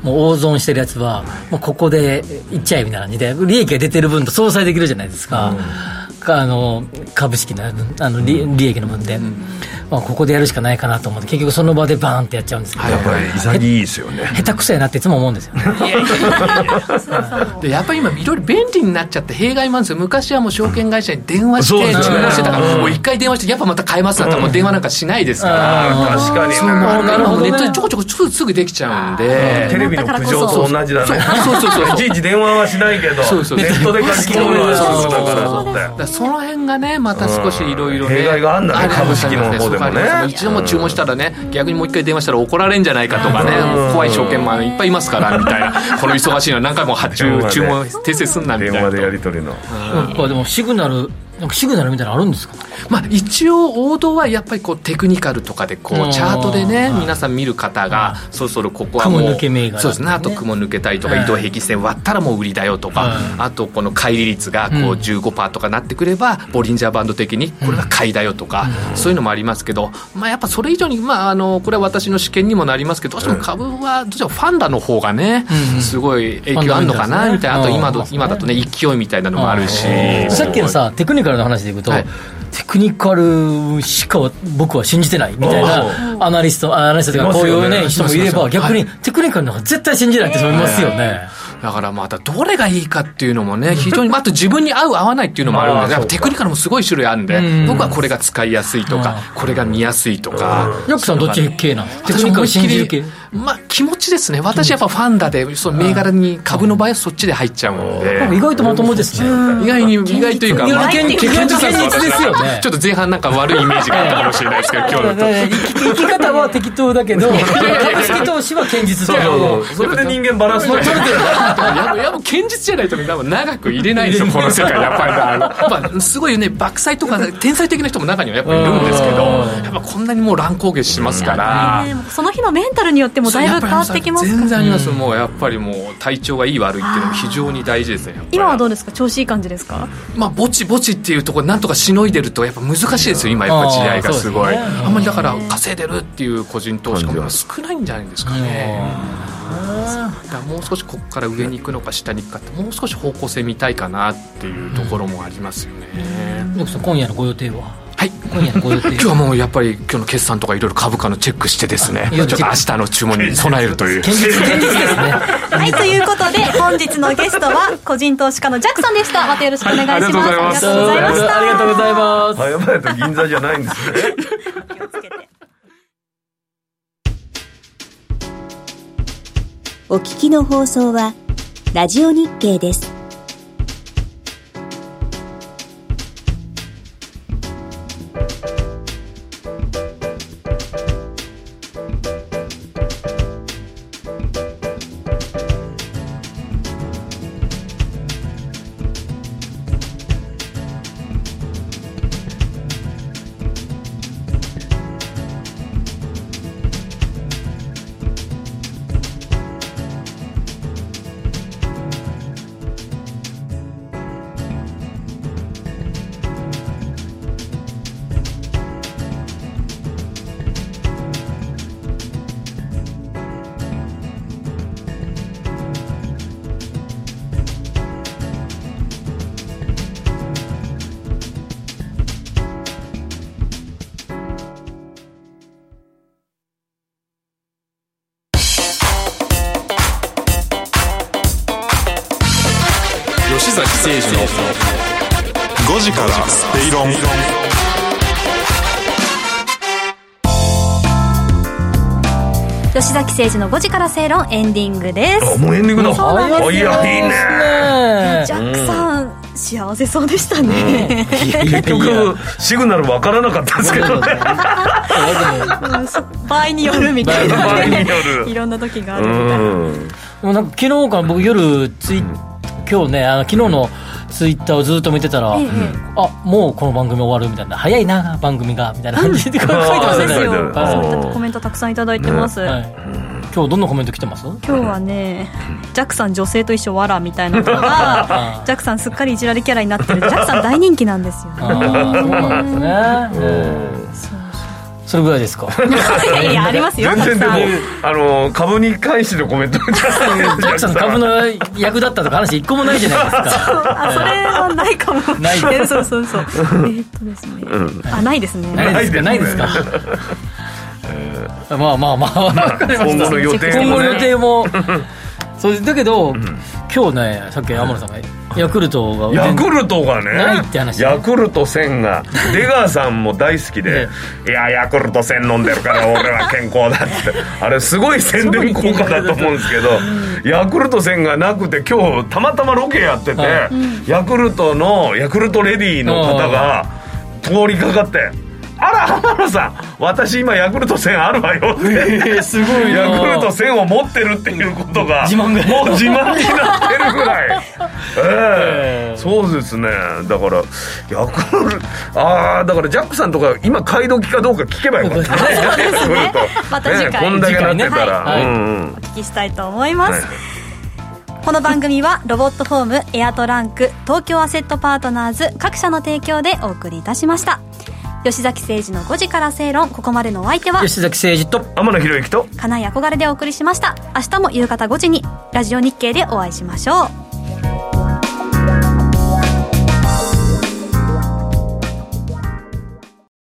Speaker 2: もう大損してるやつはもうここでいっちゃえみたいな感じで利益が出てる分と相殺できるじゃないですか、かあの株式のあの利利益の分で、まあ、ここでやるしかないかなと思って結局その場でバーンってやっちゃうんですけど、
Speaker 4: やっぱり潔いですよね
Speaker 2: 下手くそやなっていつも思うんですよね。
Speaker 9: でやっぱり今いろいろ便利になっちゃって弊害もあるんですよ昔はもう証券会社に電話
Speaker 4: そう
Speaker 9: し
Speaker 4: で
Speaker 9: て
Speaker 4: す
Speaker 9: 注
Speaker 4: ね
Speaker 9: 文してたからもう一回電話してやっぱまた買えますだったらもう電話なんかしないですから
Speaker 4: 確かに
Speaker 9: そうもう
Speaker 4: な
Speaker 9: なんか
Speaker 2: るほどね
Speaker 9: ネットでちょこちょこちょっとすぐできちゃうんで
Speaker 4: テレビの苦情と同じだね
Speaker 9: そうそうそうそう
Speaker 4: いちいち電話はしないけど
Speaker 9: そうそう
Speaker 4: ネットで書き込むはそうだからそうだ
Speaker 9: だ
Speaker 4: よ
Speaker 9: からその辺がねまた少しいろいろね
Speaker 4: うん弊害があんだね
Speaker 9: れ
Speaker 4: 株式の方でもね
Speaker 9: そうかあります一度も注文したらね逆にもう一回電話したら怒られんじゃないかとかね怖い証券マンいっぱいいますからみたいなこの忙しいのは何回も発
Speaker 4: 電
Speaker 9: 注
Speaker 4: 話で
Speaker 9: 注文訂正すんなみ
Speaker 4: 電
Speaker 9: たい
Speaker 4: 話
Speaker 2: [LAUGHS]
Speaker 9: な
Speaker 4: でやり取りの
Speaker 2: やっぱでもシグナルなんかシグナルみたいなのあるんですか
Speaker 9: まあ、一応王道はやっぱりこうテクニカルとかでこ
Speaker 2: うん
Speaker 9: うチャートでね
Speaker 2: はい
Speaker 9: 皆さん見る方がそろそろここはもう
Speaker 2: 雲抜け銘柄
Speaker 9: そうですねあと雲抜けたりとか
Speaker 2: はい
Speaker 9: 移動平均線割ったらもう売りだよとか
Speaker 2: はい
Speaker 9: あとこの乖離率がこう
Speaker 2: うん
Speaker 9: 15%とかなってくればボリンジャーバンド的にこれが買いだよとかそういうのもありますけどまあやっぱそれ以上にまああのこれは私の試験にもなりますけどどうしても株はどうしてもファンダの方がね
Speaker 2: うん
Speaker 9: すごい影響あるのかなみたいなあと今
Speaker 2: う
Speaker 9: ど
Speaker 2: ん
Speaker 9: 今だとね勢いみたいなのもあるし
Speaker 2: さっきのさテクニカルの話でいくと、
Speaker 9: はい
Speaker 2: テクニカルしか僕は信じてないみたいなアナリストアナリストというか
Speaker 4: いま
Speaker 2: こう
Speaker 4: す
Speaker 2: い
Speaker 4: よね
Speaker 2: うね人もいれ
Speaker 9: い
Speaker 2: ば
Speaker 9: ますよ
Speaker 2: 逆にテクニカルの方が絶対信じないって人もいますよね、
Speaker 9: だからまたどれがいいかっていうのもね、非常に、あと自分に合う合わないっていうのもある
Speaker 4: まあ
Speaker 9: んで、やっ
Speaker 4: そうか
Speaker 9: ぱテクニカルもすごい種類あるんで
Speaker 2: うん、
Speaker 9: 僕はこれが使いやすいとか、これが見やすいとか。
Speaker 2: よくさんどっち系なんテク
Speaker 9: 私
Speaker 2: ニカ
Speaker 9: 思
Speaker 2: ル
Speaker 9: いっき
Speaker 2: 信じる系
Speaker 9: り、まあ気持ちですね。私やっぱファンダで、その銘柄に株の場合はそっちで入っちゃうんで。
Speaker 2: なんか意外とまともですね、
Speaker 9: 意外に、意外というか、
Speaker 2: 意外
Speaker 9: まあ
Speaker 2: と堅実
Speaker 9: 堅実なん
Speaker 2: 堅実ですよね
Speaker 9: ちょっと前半なんか悪いイメージがあったかもしれないですけど、今日だと。
Speaker 2: 生き生き方は適当だけど株式投資は堅実で
Speaker 4: そうそうそれで人間バランス
Speaker 9: [LAUGHS]
Speaker 4: 取れてる
Speaker 9: やっぱやっぱ堅実じゃないと多分長く入れないんですよこの世界やっぱり [LAUGHS] なあのやっぱすごいね爆災とか天才的な人も中にはやっぱいるんですけどやっぱこんなにもう乱高下してますから。
Speaker 7: ねその日のメンタルによってもだいぶ変わってきますから
Speaker 9: 全然あります、もうやっぱりもう体調がいい悪いっていうのも非常に大事ですねやっぱり
Speaker 7: 今はどうですか調子いい感じですか
Speaker 9: まあ、ぼちぼちっていうところなんとかしのいでるとやっぱ難しいですよ今やっぱ時代がすご
Speaker 2: あ
Speaker 9: い
Speaker 2: ーそうですね
Speaker 9: あんまりだから稼いでるっていう個人投資家も少ないんじゃないですかねだからもう少しここから上に行くのか下に行くかってもう少し方向性見たいかなっていうところもありますよね、
Speaker 2: よくさん今夜のご予定は
Speaker 9: はい
Speaker 2: 今夜のご予定
Speaker 9: 今日はもうやっぱり今日の決算とかいろいろ株価のチェックしてですね
Speaker 2: い
Speaker 9: ちょ
Speaker 2: や
Speaker 9: っと明日の注文に備えるという
Speaker 2: 堅実堅実ですね
Speaker 3: はい、ということで、本日のゲストは、個人投資家のジャックさんでした。またよろしくお願いします。
Speaker 9: はいあり
Speaker 3: ありが
Speaker 9: がとうございます
Speaker 3: とうございまし
Speaker 2: あ
Speaker 3: た。
Speaker 2: りがとうございます
Speaker 4: 早々と銀座じゃないんですね
Speaker 6: お聞きの放送はラジオ日経です。
Speaker 5: 吉崎誠二の5時からステイロン
Speaker 3: 吉崎誠二の5時から正論エンディングです。
Speaker 4: あもうエンディングだ
Speaker 3: そうなんですよ
Speaker 4: あいやいいね
Speaker 2: ね
Speaker 3: ジャックさん、幸せそうでしたね。
Speaker 4: 結局シグナルわからなかったですけどね
Speaker 3: 場合によるみたいな。
Speaker 4: 場合による
Speaker 3: いろんな時があ
Speaker 4: う
Speaker 3: るみたいな。
Speaker 4: ん
Speaker 2: でもなんか昨日から僕夜ツイ今日ねあの昨日のツイッターをずっと見てたら、あもうこの番組終わるみたいな早いな番組がみたいな感じで書いてま
Speaker 4: あ
Speaker 2: すよ
Speaker 3: そうで
Speaker 2: ね
Speaker 3: すよ。
Speaker 4: 書いてあ
Speaker 3: そ
Speaker 4: る
Speaker 3: ういったコメントたくさんいただいてます。
Speaker 2: はい、今日どんなコメント来てます
Speaker 3: 今日はね、ジャックさん女性と一緒わらみたいなのが、ジャックさんすっかりいじられキャラになってる。ジャックさん大人気なんですよね。
Speaker 2: ああそうなんですね、それぐらいですか
Speaker 3: いやいや、ありますよ、
Speaker 4: 全
Speaker 3: たく
Speaker 4: 然でも
Speaker 3: さん。
Speaker 4: あの株に関してのコメントじゃ
Speaker 2: ジャックさんの株の役だったとか話一個もないじゃないですか
Speaker 3: あ、それはないかも。
Speaker 2: ない
Speaker 3: え [LAUGHS] そうそうそう。えーっとですね。あ、ないですね。
Speaker 2: ないですかないですかまあまあまあわかりました
Speaker 4: 今後の予定
Speaker 2: 今後
Speaker 4: も
Speaker 2: の予
Speaker 4: ね
Speaker 2: 定
Speaker 4: [LAUGHS]
Speaker 2: もそれだけど、今日ねさっき天野さんがヤクルトが
Speaker 4: ヤクルトがね
Speaker 2: ないって話
Speaker 4: ヤクルト1000が出川さんも大好きで「いやヤクルト1000飲んでるから俺は健康だ」ってあれすごい宣伝効果だと思うんですけどヤクルト1000がなくて今日たまたまロケやっててヤクルトのヤクルトレディの方が通りかかって「あら浜野さん私今ヤクルト1000あるわよって
Speaker 2: えーすごいな
Speaker 4: ヤクルト1000を持ってるっていうことが
Speaker 2: 自慢が
Speaker 4: もう自慢になってるぐらいええ
Speaker 2: ええ
Speaker 4: そうですねだからヤクルトああだからジャックさんとか今買い時かどうか聞けばよかったねヤクルト
Speaker 3: また次回
Speaker 4: ねこんだけなってたら、
Speaker 2: はい
Speaker 4: うんうん
Speaker 3: お聞きしたいと思います、
Speaker 4: はい
Speaker 3: この番組はロ [LAUGHS] ボットフォームエアトランク東京アセットパートナーズ各社の提供でお送りいたしました吉崎誠二の5時から正論ここまでのお相手は
Speaker 2: 吉崎誠二と
Speaker 4: 天野博之と
Speaker 3: 金井憧れでお送りしました明日も夕方5時にラジオ日経でお会いしましょう